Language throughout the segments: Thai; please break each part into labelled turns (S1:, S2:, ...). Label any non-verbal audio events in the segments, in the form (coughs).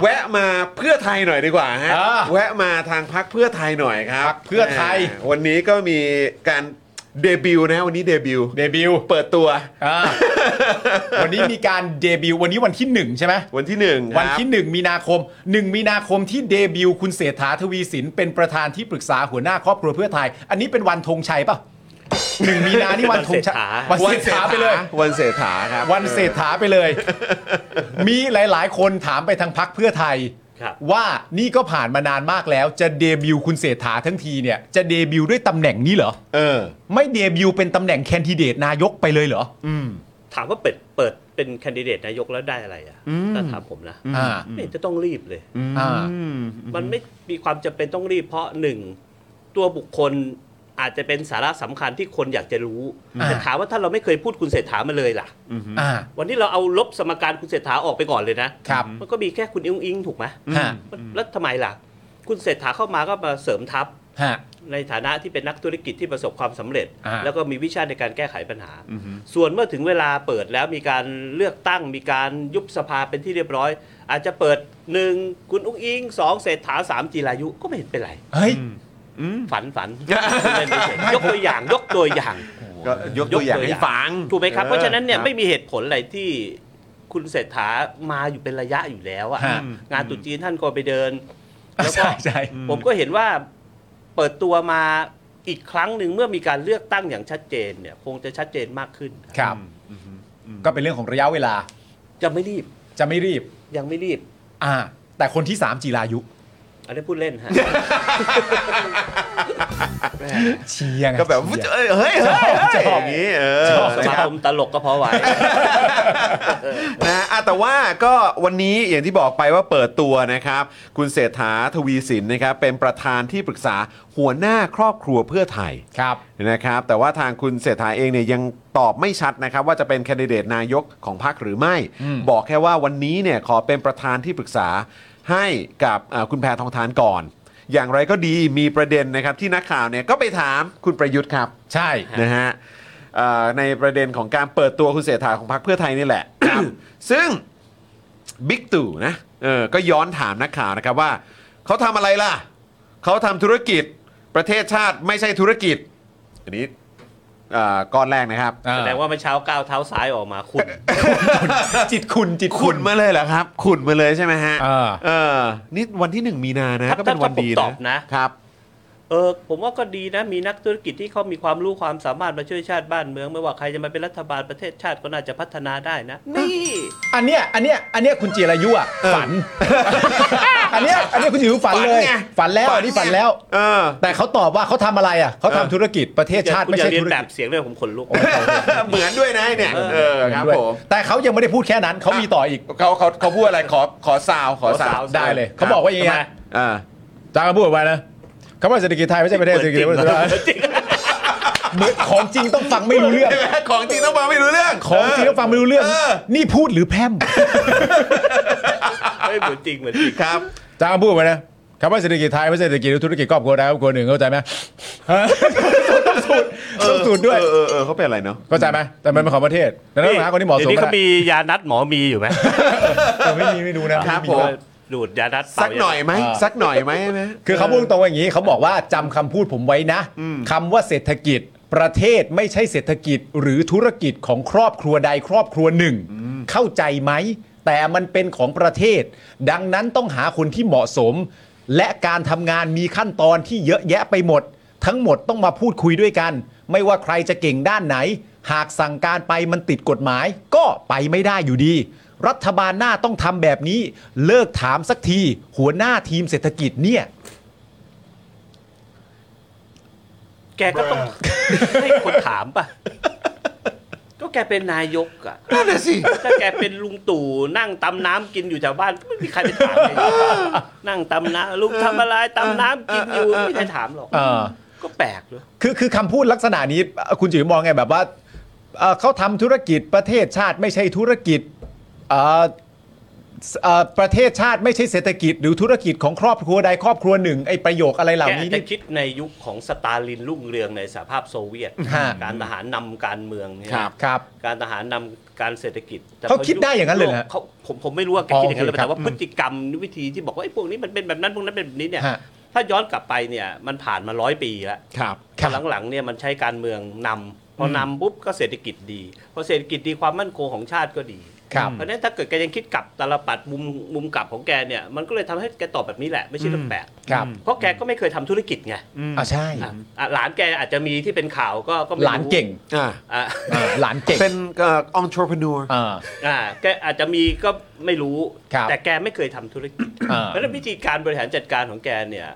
S1: แวะมาเพื่อไทยหน่อยดีกว่าฮะ
S2: อ่า
S1: แวะมาทางพักเพื่อไทยหน่อยครับ
S2: พรรคเพื่อไทย
S1: าวันนี้ก็มีการเดบิวต์นะวันนี้เดบิวต์
S2: เดบิวต์
S1: เปิดตัว
S2: อ่า วันนี้มีการเดบิวต์วันนี้วันที่หนึ่งใช่ไหม
S1: วันที่หนึ่ง
S2: วัน
S1: ครับ
S2: ที่หนึ่งมีนาคมหนึ่งมีนาคมที่เดบิวต์คุณเศรษฐาทวีสินเป็นประธานที่ปรึกษาหัวหน้าครอบครัวเพื่อไทย อันนี้เป็นวันธงชัยป่ะหนึ่งมีนานี่วันธง (laughs) ชัยวันเศรษฐาไปเลย
S1: วันเศรษฐาครับ
S2: วันเศรษฐาไปเลย มีหลาย ๆ คนถามไปทางพักเพื่อไทย
S3: ครับ
S2: ว่านี่ก็ผ่านมานานมากแล้ว จะเดบิวต์คุณเศรษฐาทั้งทีเนี่ยจะเดบิวต์ด้วยตำแหน่งนี้เหรอ
S1: เออ
S2: ไม่เดบิวต์เป็นตำแหน่งแคนดิเดตนายกไปเลยเหรอ
S3: ถามว่าเปิดเปิดเป็นแคนดิเดตนายกแล้วได้อะไรอ่ะถ้าถามผมนะ
S2: อ่า
S3: ไม่เห็นจะต้องรีบเลย
S2: อ่า
S3: มันไม่มีความจำเป็นต้องรีบเพราะหนึ่งตัวบุคคลอาจจะเป็นสาระสำคัญที่คนอยากจะรู้
S2: อ่า
S3: แต่ถามว่าถ้าเราไม่เคยพูดคุณเศรษฐามาเลยล่ะ
S2: อ่า
S3: วันนี้เราเอาลบสมการคุณเศรษฐาออกไปก่อนเลยนะครับ มันก็มีแค่คุณอิงอิงถูกไหม
S2: ฮะ
S3: มันแล้วทำไมล่ะ คุณเศรษฐาเข้ามาก็มาเสริมทัพ
S2: ฮะ
S3: ในฐานะที่เป็นนักธุรกิจที่ประสบความสำเร็จ
S2: อ่า
S3: แล้วก็มีวิชาในการแก้ไขปัญหา ส่วนเมื่อถึงเวลาเปิดแล้วมีการเลือกตั้งมีการยุบสภาเป็นที่เรียบร้อย อาจจะเปิดหนึ่งคุณอุ้งอิงสองเศรษฐาสามจีรายุก็ไม่เห็นเป็นไร
S2: เฮ้ย
S3: ฝัน (laughs) ฝันเล่นเฉยๆยกตัวอย่างยกตัวอย่าง
S1: ก็ยกตัวอย่างให้ฟัง
S3: ถูกไหมครับ เพราะฉะนั้นเนี่ย
S1: ออ
S3: ไม่มีเหตุผลอะไรที่คุณเศรษฐามาอยู่เป็นระยะอยู่แล้วอะ
S2: ฮะ
S3: งานตรุษจีนท่านก็ไปเดิน แล้วก็
S2: ใช่ใช่
S3: ผมก็เห็นว่าเปิดตัวมาอีกครั้งหนึ่งเมื่อมีการเลือกตั้งอย่างชัดเจนเนี่ย คงจะชัดเจนมากขึ้น
S2: ครับ ก็เป็นเรื่องของระยะเวลา
S3: จะไม่รีบ
S2: จะไม่รีบ
S3: ยังไม่รีบ
S2: อ่า แต่คนที่ 3 จีรายุ
S3: อันนี้พูดเล่นฮะ
S2: เชียง
S1: ก็แบบ
S2: เชียร์
S1: เอ้ยเฮ้ยเฮ้ย
S2: ชอบ
S1: อย่างนี้เออ
S3: สมา
S1: นะครั
S3: ค
S1: บ
S3: มตลกก็เพราะไว้
S1: นะอ่ะแต่ว่าก็วันนี้อย่างที่บอกไปว่าเปิดตัวนะครับ คุณเศรษฐาทวีสินนะครับเป็นประธานที่ปรึกษาหัวหน้าครอบครัวเพื่อไทย
S2: ครับ
S1: นะครับ แต่ว่าทางคุณเศรษฐาเองเนี่ยยังตอบไม่ชัดนะครับ ว่าจะเป็นแคนดิเดตนายกของพรรคหรือไม่
S2: อืม
S1: บอกแค่ว่าวันนี้เนี่ยขอเป็นประธานที่ปรึกษาให้กับเอ่อคุณแพทองทานก่อน อย่างไรก็ดีมีประเด็นนะครับที่นักข่าวเนี่ยก็ไปถามคุณประยุทธ์ครับ
S2: ใช่
S1: นะฮะเอ่อในประเด็นของการเปิดตัวคุณเศรษฐาของพรรคเพื่อไทยนี่แหละ ซึ่งบิ๊กตู่นะเออก็ย้อนถามนักข่าวนะครับว่า เขาทำอะไรล่ะ เขาทำธุรกิจประเทศชาติไม่ใช่ธุรกิจ อันนี้เอ่อก้อนแรกนะครับ
S2: อ่า
S3: แสดงว่าเมื่อเช้าก้าวเท้าซ้ายออกมาคุณ
S2: จิตคุณจิต
S1: ขุ
S2: คุ
S1: น
S2: ณ
S1: มาเลยเหรอครับ ขุนมาเลยใช่ไหมฮะ
S2: เออ
S1: เออนี่วันที่หนึ่งมีนานะ
S3: ถ้า
S1: ก็เป็นวัน
S3: ถ้าผม
S1: ดี
S3: ตอบ
S1: นะ
S3: นะ
S1: ครับ
S3: เออผมว่าก็ดีนะ มีนักธุรกิจที่เขามีความรู้ความสามารถมาช่วยชาติบ้านเมือง ไม่ว่าใครจะมาเป็นรัฐบาลประเทศชาติก็น่าจะพัฒนาได้นะ นี่
S2: อันเนี้ย อันเนี้ย อันเนี้ยคุณจีรายุอ่ะ ฝัน อันเนี้ย อันเนี้ยคุณจิรายุฝันเลย
S1: ไง
S2: ฝันแล้ว อันนี้ฝันแล้ว
S1: เออ
S2: แต่เขาตอบว่าเขาทำอะไรอ่ะเขาทำธุรกิจประเทศชาติ
S3: คุณ
S2: ไม่
S3: อย่า
S2: ใช่
S3: เรียน
S2: ธุร
S3: แบ
S2: กิ
S3: บ
S2: จ
S3: เสียงเลยผมขนลุก
S1: เหมือนด้วยนะเนี่ยเออครับ
S2: ด้วย
S1: ผม
S2: แต่เขายังไม่ได้พูดแค่นั้นเขามีต่ออีก
S1: เขาเขาเขาพูดอะไรขอขอซาวขอซาว
S2: ได้เลย เขาบอกว่าอย่างไง
S3: ทำไม
S2: นะ
S1: อ่า
S2: จางก็พูดไว้นะเขาว่าเศรษฐกิจไทยไม่ใช่ประเทศเศรษฐกิจประเทศ
S3: จริง
S2: เหมือนของจริงต้องฟังไม่รู้เรื่อง
S1: ใช่ไหมของจริงต้องฟังไม่รู้เรื่อง
S2: ของจริงต้องฟังไม่รู้เรื่อง นี่พูดหรือแพร่ม
S3: เฮ้ยเหมือนจริงเหมือนจริง
S1: ครับ
S2: จางก็พูดไว้นะคำว่าเศรษฐกิจไทยไม่ใช่เศรษฐกิจธุรกิจครอบครัวใดครอบครัวหนึ่งเข้าใจไหมฮะต้องสูตรต้องสูตรด้วย
S1: เออเออเออเขาเป็นอะไรเนาะ
S2: เข้าใจไหมแต่มันเป็นของประเทศดังนั้นหาคนที่เหมาะสม
S3: เดี๋ยวนี้
S2: ก็
S3: เขา
S2: ได้
S3: มียานัดหมอมีอยู่ไหม
S2: เออไม่มีไม่รู้นะ
S1: ครับผม
S3: ดูดยานัดเป
S1: สั
S3: ล่าก
S1: หน่อยไหม
S2: เออ
S1: สักหน่อยไหมไหม
S2: คือเขาพูดตรงว่าอย่างนี้เขาบอกว่าจำคำพูดผมไว้นะคำว่าเศรษฐกิจ ประเทศไม่ใช่เศรษฐกิจ หรือธุรกิจของครอบครัวใดครอบครัวหนึ่ง เข้าใจไหม แต่มันเป็นของประเทศ ดังนั้นต้องหาคนที่เหมาะสม และการทำงานมีขั้นตอนที่เยอะแยะไปหมด ทั้งหมดต้องมาพูดคุยด้วยกัน ไม่ว่าใครจะเก่งด้านไหน หากสั่งการไปมันติดกฎหมาย ก็ไปไม่ได้อยู่ดี รัฐบาลหน้าต้องทำแบบนี้ เลิกถามสักที หัวหน้าทีมเศรษฐกิจเนี่ย
S3: แกก็ต้องให้คนถามป่ะ ก็แกเป็นนายกอ่ะ
S1: นั่นน่ะสิ
S3: ถ้าแกเป็นลุงตู่นั่งตำน้ำกินอยู่แถวบ้านไม่มีใครไปถาม
S2: (laughs)
S3: เลยนั่งตำน้ำลุงทำอะไรตำน้ำกินอยู่ไม่มีใครถามหรอก
S2: เออ
S3: ก็แปลกเลย
S2: คือคือคำพูดลักษณะนี้เอ่อคุณจิ๋วมองไงแบบว่าเอ่อเขาทำธุรกิจประเทศชาติไม่ใช่ธุรกิจเอ่อ เอ่อประเทศชาติไม่ใช่เศรษฐกิจหรือธุรกิจของครอบครัวใดครอบครัวหนึ่งไอ้ประโยคอะไรเหล่า
S3: แก
S2: นี้
S3: จะ
S2: นี่
S3: คิดในยุคของสตาลินรุ่งเรืองในสหภาพโซเวียต
S2: ฮะ
S3: การทหารนำการเมืองเนี่ย
S1: ครับ
S2: ครับ
S3: การทหารนำการเศรษฐกิจแต่
S2: เขาคิดได้อย่างนั้นเลยเหรอ
S3: โขาผมผมไม่รู้ว่าแก
S2: อ๋อ
S3: คิดอย่างนั้นหรือเปล่า
S2: โอเคครับ
S3: แต่ว่าพฤติกรรมวิธีที่บอกว่าไอ้พวกนี้มันเป็นแบบนั้นพวกนั้นเป็นแบบนี้เนี่ย
S2: ฮะ
S3: ถ้าย้อนกลับไปเนี่ยมันผ่านมาร้อยปีแล้ว
S1: ครับ
S2: ครับ
S3: หลังๆเนี่ยมันใช้การเมืองนำพอนำปุ๊บก็เศรษฐกิจดี พอเศรษฐกิจดีความมั่นคงของชาติก็ดี
S2: ครับ
S3: เพราะฉะนั้นถ้าเกิดแกยังคิดกลับตาลปัดมุมมุมกลับของแกเนี่ยมันก็เลยทำให้แกตอบแบบนี้แหละไม่ใช่เรื่องแปลก
S2: ครับ
S3: เพราะแกก็ไม่เคยทำธุรกิจไง
S2: อ่าใช่
S3: อ่ะอ่ะหลานแกอาจจะมีที่เป็นข่าวก็ก็ไม่
S2: ห
S3: รู้
S2: ลานเก่ง
S1: อ่า
S3: อ่ะ
S2: อ่าหลานเก่ง
S1: เป็นเอ่อ entrepreneur
S2: อ่า
S3: อ่ะแกอาจจะมีก็ไม่รู้
S2: ครับ
S3: แต่แกไม่เคยทำธุรกิจ
S2: อ่า
S3: เพราะฉะนั้นวิธีการบริหารจัดการของแกเนี่ย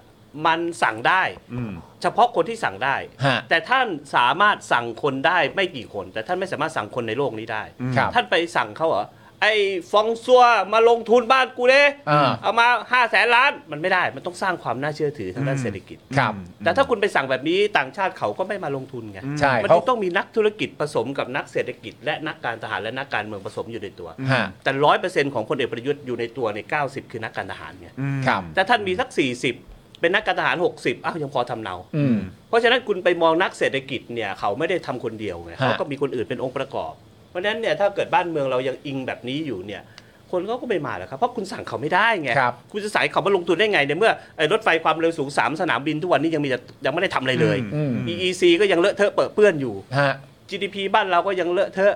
S3: มันสั่งได้
S1: อืม
S3: เฉพาะคนที่สั่งได้
S2: ฮะ
S3: แต่ท่านสามารถสั่งคนได้ไม่กี่คน แต่ท่านไม่สามารถสั่งคนในโลกนี้ได้
S2: ครับ
S3: ท่านไปสั่งเขาเหรอไอ้ฟองซัวมาลงทุนบ้านกูเด้
S2: อ่า
S3: เอามา5้าแสนล้านมันไม่ได้ มันต้องสร้างความน่าเชื่อถือทางด้านเศรษฐกิจ
S2: ครับ
S3: แต่ถ้าคุณไปสั่งแบบนี้ต่างชาติเขาก็ไม่มาลงทุนไง
S2: ใช่
S3: มัน
S2: เขา
S3: จึงต้องมีนักธุรกิจผสมกับนักเศรษฐกิจ และนักการทหารและนักการเมืองผสมอยู่ในตัว
S2: ฮะ
S3: แต่ร้อยเปอร์เซ็นต์ของพลเอกประยุทธ์อยู่ในตัวใน 90 คือนักการทหารไง
S2: ครับ
S3: แต่ท่านมีสัก 40 เป็นนักการทหาร 60อ้าวยังพอทำเนา
S2: อืม
S3: เพราะฉะนั้นคุณไปมองนักเศรษฐกิจเนี่ยเขาไม่ได้ทำคนเดียวไง
S2: ฮะ
S3: เขาก็มีคนอื่นเป็นองค์ประกอบ เพราะฉะนั้นเนี่ยถ้าเกิดบ้านเมืองเรายังอิงแบบนี้อยู่เนี่ยคนเขาก็ไม่มาหรอกครับเพราะคุณสั่งเขาไม่ได้ไง
S2: ครับ
S3: คุณจะสายเขามาลงทุนได้ไงในเมื่อไอ้รถไฟความเร็วสูง 3 สนามบินทุกวันนี้ยังมีแต่ยังไม่ได้ทำอะไรเลย
S2: อืม
S3: EEC ก็ยังเลอะเทอะเปอะเปื้อนอยู่
S2: ฮะ
S3: GDP บ้านเราก็ยังเลอะเทอะ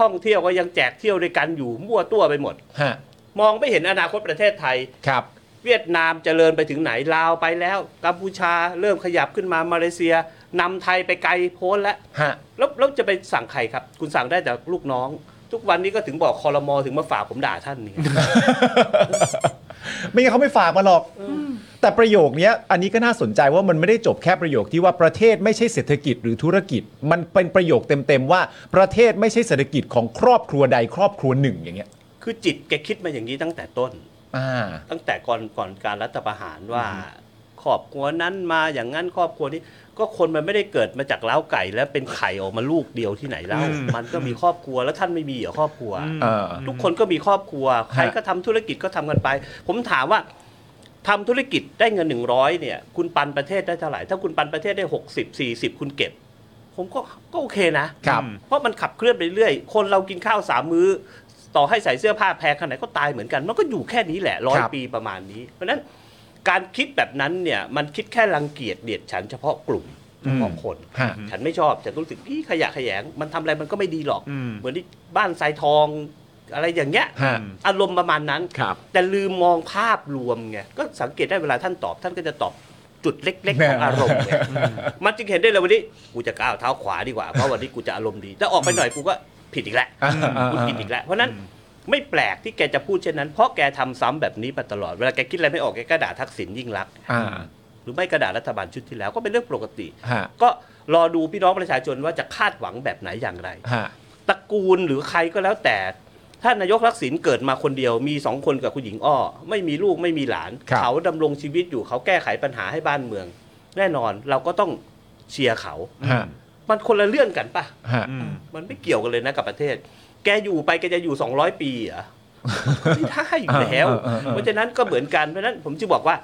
S3: ท่องเที่ยวก็ยังแจกเที่ยวด้วยกันอยู่มั่วตัวไปหมด
S2: ฮะ
S3: มองไม่เห็นอนาคตประเทศไทย
S2: ครับ
S3: เวียดนามเจริญไปถึงไหนลาวไปแล้ว กัมพูชาเริ่มขยับขึ้นมามาเลเซียนำไทยไปไกลโพ้นแล้ว
S2: ฮะ
S3: แล้วแล้วจะไปสั่งใครครับ คุณสั่งได้แต่ลูกน้อง ทุกวันนี้ก็ถึงบอกคอรมอถึงมาฝากผมด่าท่านนี่
S2: ไม่งั้นเขาไม่ฝากมาหรอก แต่ประโยคเนี้ยอันนี้ก็น่าสนใจว่ามันไม่ได้จบแค่ประโยคที่ว่าประเทศไม่ใช่เศรษฐกิจหรือธุรกิจ มันเป็นประโยคเต็มๆว่าประเทศไม่ใช่เศรษฐกิจของครอบครัวใดครอบครัวหนึ่งอย่างเงี้ย
S3: คือจิตแกคิดมาอย่างนี้ตั้งแต่ต้น
S2: อ่า
S3: ตั้งแต่ก่อนก่อนการรัฐประหารว่าครอบครัวนั้นมาอย่างนั้นครอบครัวนี้ ก็คนมันไม่ได้เกิดมาจากเล้าไก่ แล้วเป็นไข่ออกมาลูกเดียวที่ไหนเล่ามันก็มีครอบครัวแล้วท่านไม่มีเหรอครอบครัว
S2: เออ
S3: ทุกคนก็มีครอบครัว ใครก็ทำธุรกิจก็ทำกันไป ผมถามว่าทำธุรกิจได้เงิน 100เนี่ย คุณปันประเทศได้เท่าไหร่ ถ้าคุณปันประเทศได้ 60 40 คุณเก็บ ผมก็ก็โอเคนะครับ เพราะมันขับเคลื่อนไปเรื่อยคนเรากินข้าวสามมื้อ ต่อให้ใส่เสื้อผ้าแพงขนาดไหนก็ตายเหมือนกัน มันก็อยู่แค่นี้แหละร้อย
S2: ครับ
S3: ปีประมาณนี้ เพราะฉะนั้นการคิดแบบนั้นเนี่ยมันคิดแค่รังเกียจเดียดฉันเฉพาะกลุ่มเฉพาะคน
S2: ฮะ
S3: ฉันไม่ชอบ ฉันรู้สึกพี่ขยะแขยง มันทำอะไรมันก็ไม่ดีหรอก
S1: อืม
S3: เหมือนที่บ้านทรายทองอะไรอย่างเงี้ย
S2: ฮะ
S3: อารมณ์ประมาณนั้น
S1: ครับ
S3: แต่ลืมมองภาพรวมไง ก็สังเกตได้เวลาท่านตอบ ท่านก็จะตอบจุดเล็ก ๆ ของอารมณ์ไงมันจึงเห็นได้เลยวันนี้ กูจะก้าวเท้าขวาดีกว่า เพราะวันนี้กูจะอารมณ์ดี แต่ออกไปหน่อยกูก็ผิดอีกแล้ว
S2: อ่า
S3: พูดผิดอีกแล้ว เพราะฉะนั้นไม่แปลกที่แกจะพูดเช่นนั้น เพราะแกทำซ้ำแบบนี้มาตลอด เวลาแกคิดอะไรไม่ออกแกก็ด่าทักษิณยิ่งรักษณ์
S2: อ่า
S3: หรือไม่กระด่ารัฐบาลชุดที่แล้วก็เป็นเรื่องปกติ
S2: ฮะ
S3: ก็รอดูพี่น้องประชาชนว่าจะคาดหวังแบบไหนอย่างไร
S2: ฮะ
S3: ตระกูลหรือใครก็แล้วแต่ ท่านนายกทักษิณเกิดมาคนเดียวมีสองคนกับคุณหญิงอ้อ ไม่มีลูกไม่มีหลาน
S2: ครับ
S3: เขาดำรงชีวิตอยู่เขาแก้ไขปัญหาให้บ้านเมือง แน่นอนเราก็ต้องเชียร์เขา
S2: ฮะ
S3: มันคนละเรื่องกันปะ
S2: ฮะ
S3: มันไม่เกี่ยวกันเลยนะกับประเทศ แกอยู่ไปแกจะอยู่ 200 ปีเหรอ ไม่ได้อยู่แล้ว
S2: เออเออเออ
S3: เพราะฉะนั้นก็เหมือนกันเพราะฉะนั้นผมจะบอกว่า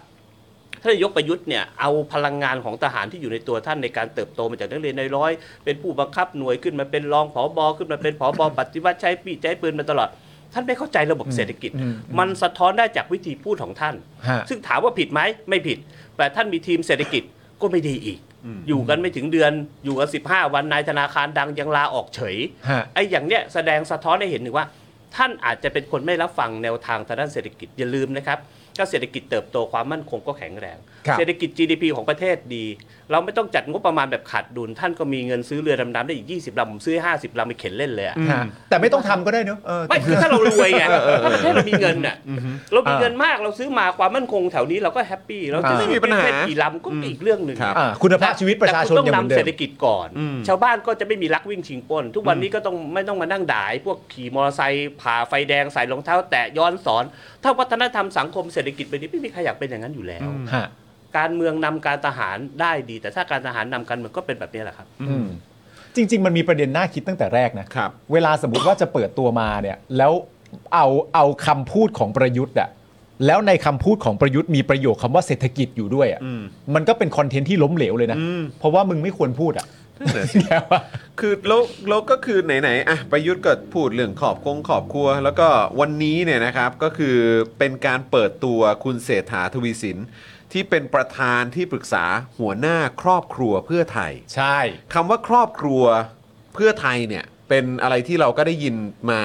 S3: ท่านนายกประยุทธ์เนี่ยเอาพลังงานของทหารที่อยู่ในตัวท่านในการเติบโตมาจากนักเรียนในายร้อย เป็นผู้บังคับหน่วยขึ้นมาเป็นรองผอบอขึ้นมาเป็นผอบอปฏิวัติใช้ปีใช้ปืนมาตลอด ท่านไม่เข้าใจระบบเศรษฐกิจ
S2: อืม
S3: มันสะท้อนได้จากวิธีพูดของท่าน
S2: ฮะ
S3: ซึ่งถามว่าผิดไหมไม่ผิด แต่ท่านมีทีมเศรษฐกิจก็ไม่ดีอีก อยู่กันไม่ถึงเดือนอยู่กัน15 วันนายธนาคารดังยังลาออกเฉย
S2: ฮะ
S3: ไอ้อย่างเนี้ยแสดงสะท้อนให้เห็นถึงว่า ท่านอาจจะเป็นคนไม่รับฟังแนวทางทางด้านเศรษฐกิจอย่าลืมนะครับก็เศรษฐกิจเติบโตความมั่นคงก็แข็งแรง
S2: ครับ
S3: เศรษฐกิจ GDP ของประเทศดี เราไม่ต้องจัดงบประมาณแบบขาดดุล ท่านก็มีเงินซื้อเรือดำน้ำได้อีก 20ลำผมซื้อให้50ลำไปเข็นเล่นเลยอะ
S2: ฮะแต่ไม่ต้องทำก็ได้เนอะเออ
S3: ไม่คือถ้าเรารวยไงถ้าประเทศเรามีเงินน่ะเรามีเงินมากเราซื้อมาความมั่นคงแถวนี้เราก็แฮปปี้เราจะ
S2: อ่า
S3: ซื้อ
S1: ไม่มีปัญหา
S3: เล่นกี่ลำก็อีกเรื่องหนึ่ง
S1: ครับ
S2: อ่าคุณภาพชีวิตประชาชน
S3: แต่คุณ
S2: ยังเห
S3: ต้อ
S2: มื
S3: ง
S2: อน
S3: นำ
S2: เดิ
S3: เศรษ
S2: ม
S3: ฐกิจก่อน ชาวบ้านก็จะไม่มีลักวิ่งชิงปล้น ทุกวันนี้ก็ต้องไม่ต้องมานั่งด่าไอ้พวกขี่มอเตอร์ไซค์ผ่าไฟแดงใส่รองเท้า แตะย้อนสอน ถ้าวัฒนธรรมสังคมเศรษฐกิจแบบนี้ไม่มีใครอยากเป็นอย่างนั้นอยู่แล้ว
S2: ฮะ
S3: การเมืองนำการทหารได้ดี แต่ถ้าการทหารนำการเมืองก็เป็นแบบนี้แหละครับ
S2: อืมจริง ๆ มันมีประเด็นน่าคิดตั้งแต่แรกนะ
S1: ครับ
S2: เวลาสมมติว่าจะเปิดตัวมาเนี่ย แล้ว เอาเอาคำพูดของประยุทธ์อะแล้วในคำพูดของประยุทธ์มีประโยคคำว่าเศรษฐกิจอยู่ด้วยอะ
S1: อืม
S2: มันก็เป็นคอนเทนต์ที่ล้มเหลวเลยนะ
S1: อืม
S2: เพราะว่ามึงไม่ควรพูดอะ (laughs)
S1: นั่นแหละสิ
S2: แล้วอะ
S1: คือแล้วแล้วก็คือไหนๆอ่ะประยุทธ์ก็พูดเรื่องขอบคงขอบครัว แล้วก็วันนี้เนี่ยนะครับก็คือเป็นการเปิดตัวคุณเศรษฐาทวีสิน ที่เป็นประธานที่ปรึกษาหัวหน้าครอบครัวเพื่อไทย
S2: ใช่
S1: คำว่าครอบครัวเพื่อไทยเนี่ยเป็นอะไรที่เราก็ได้ยินมา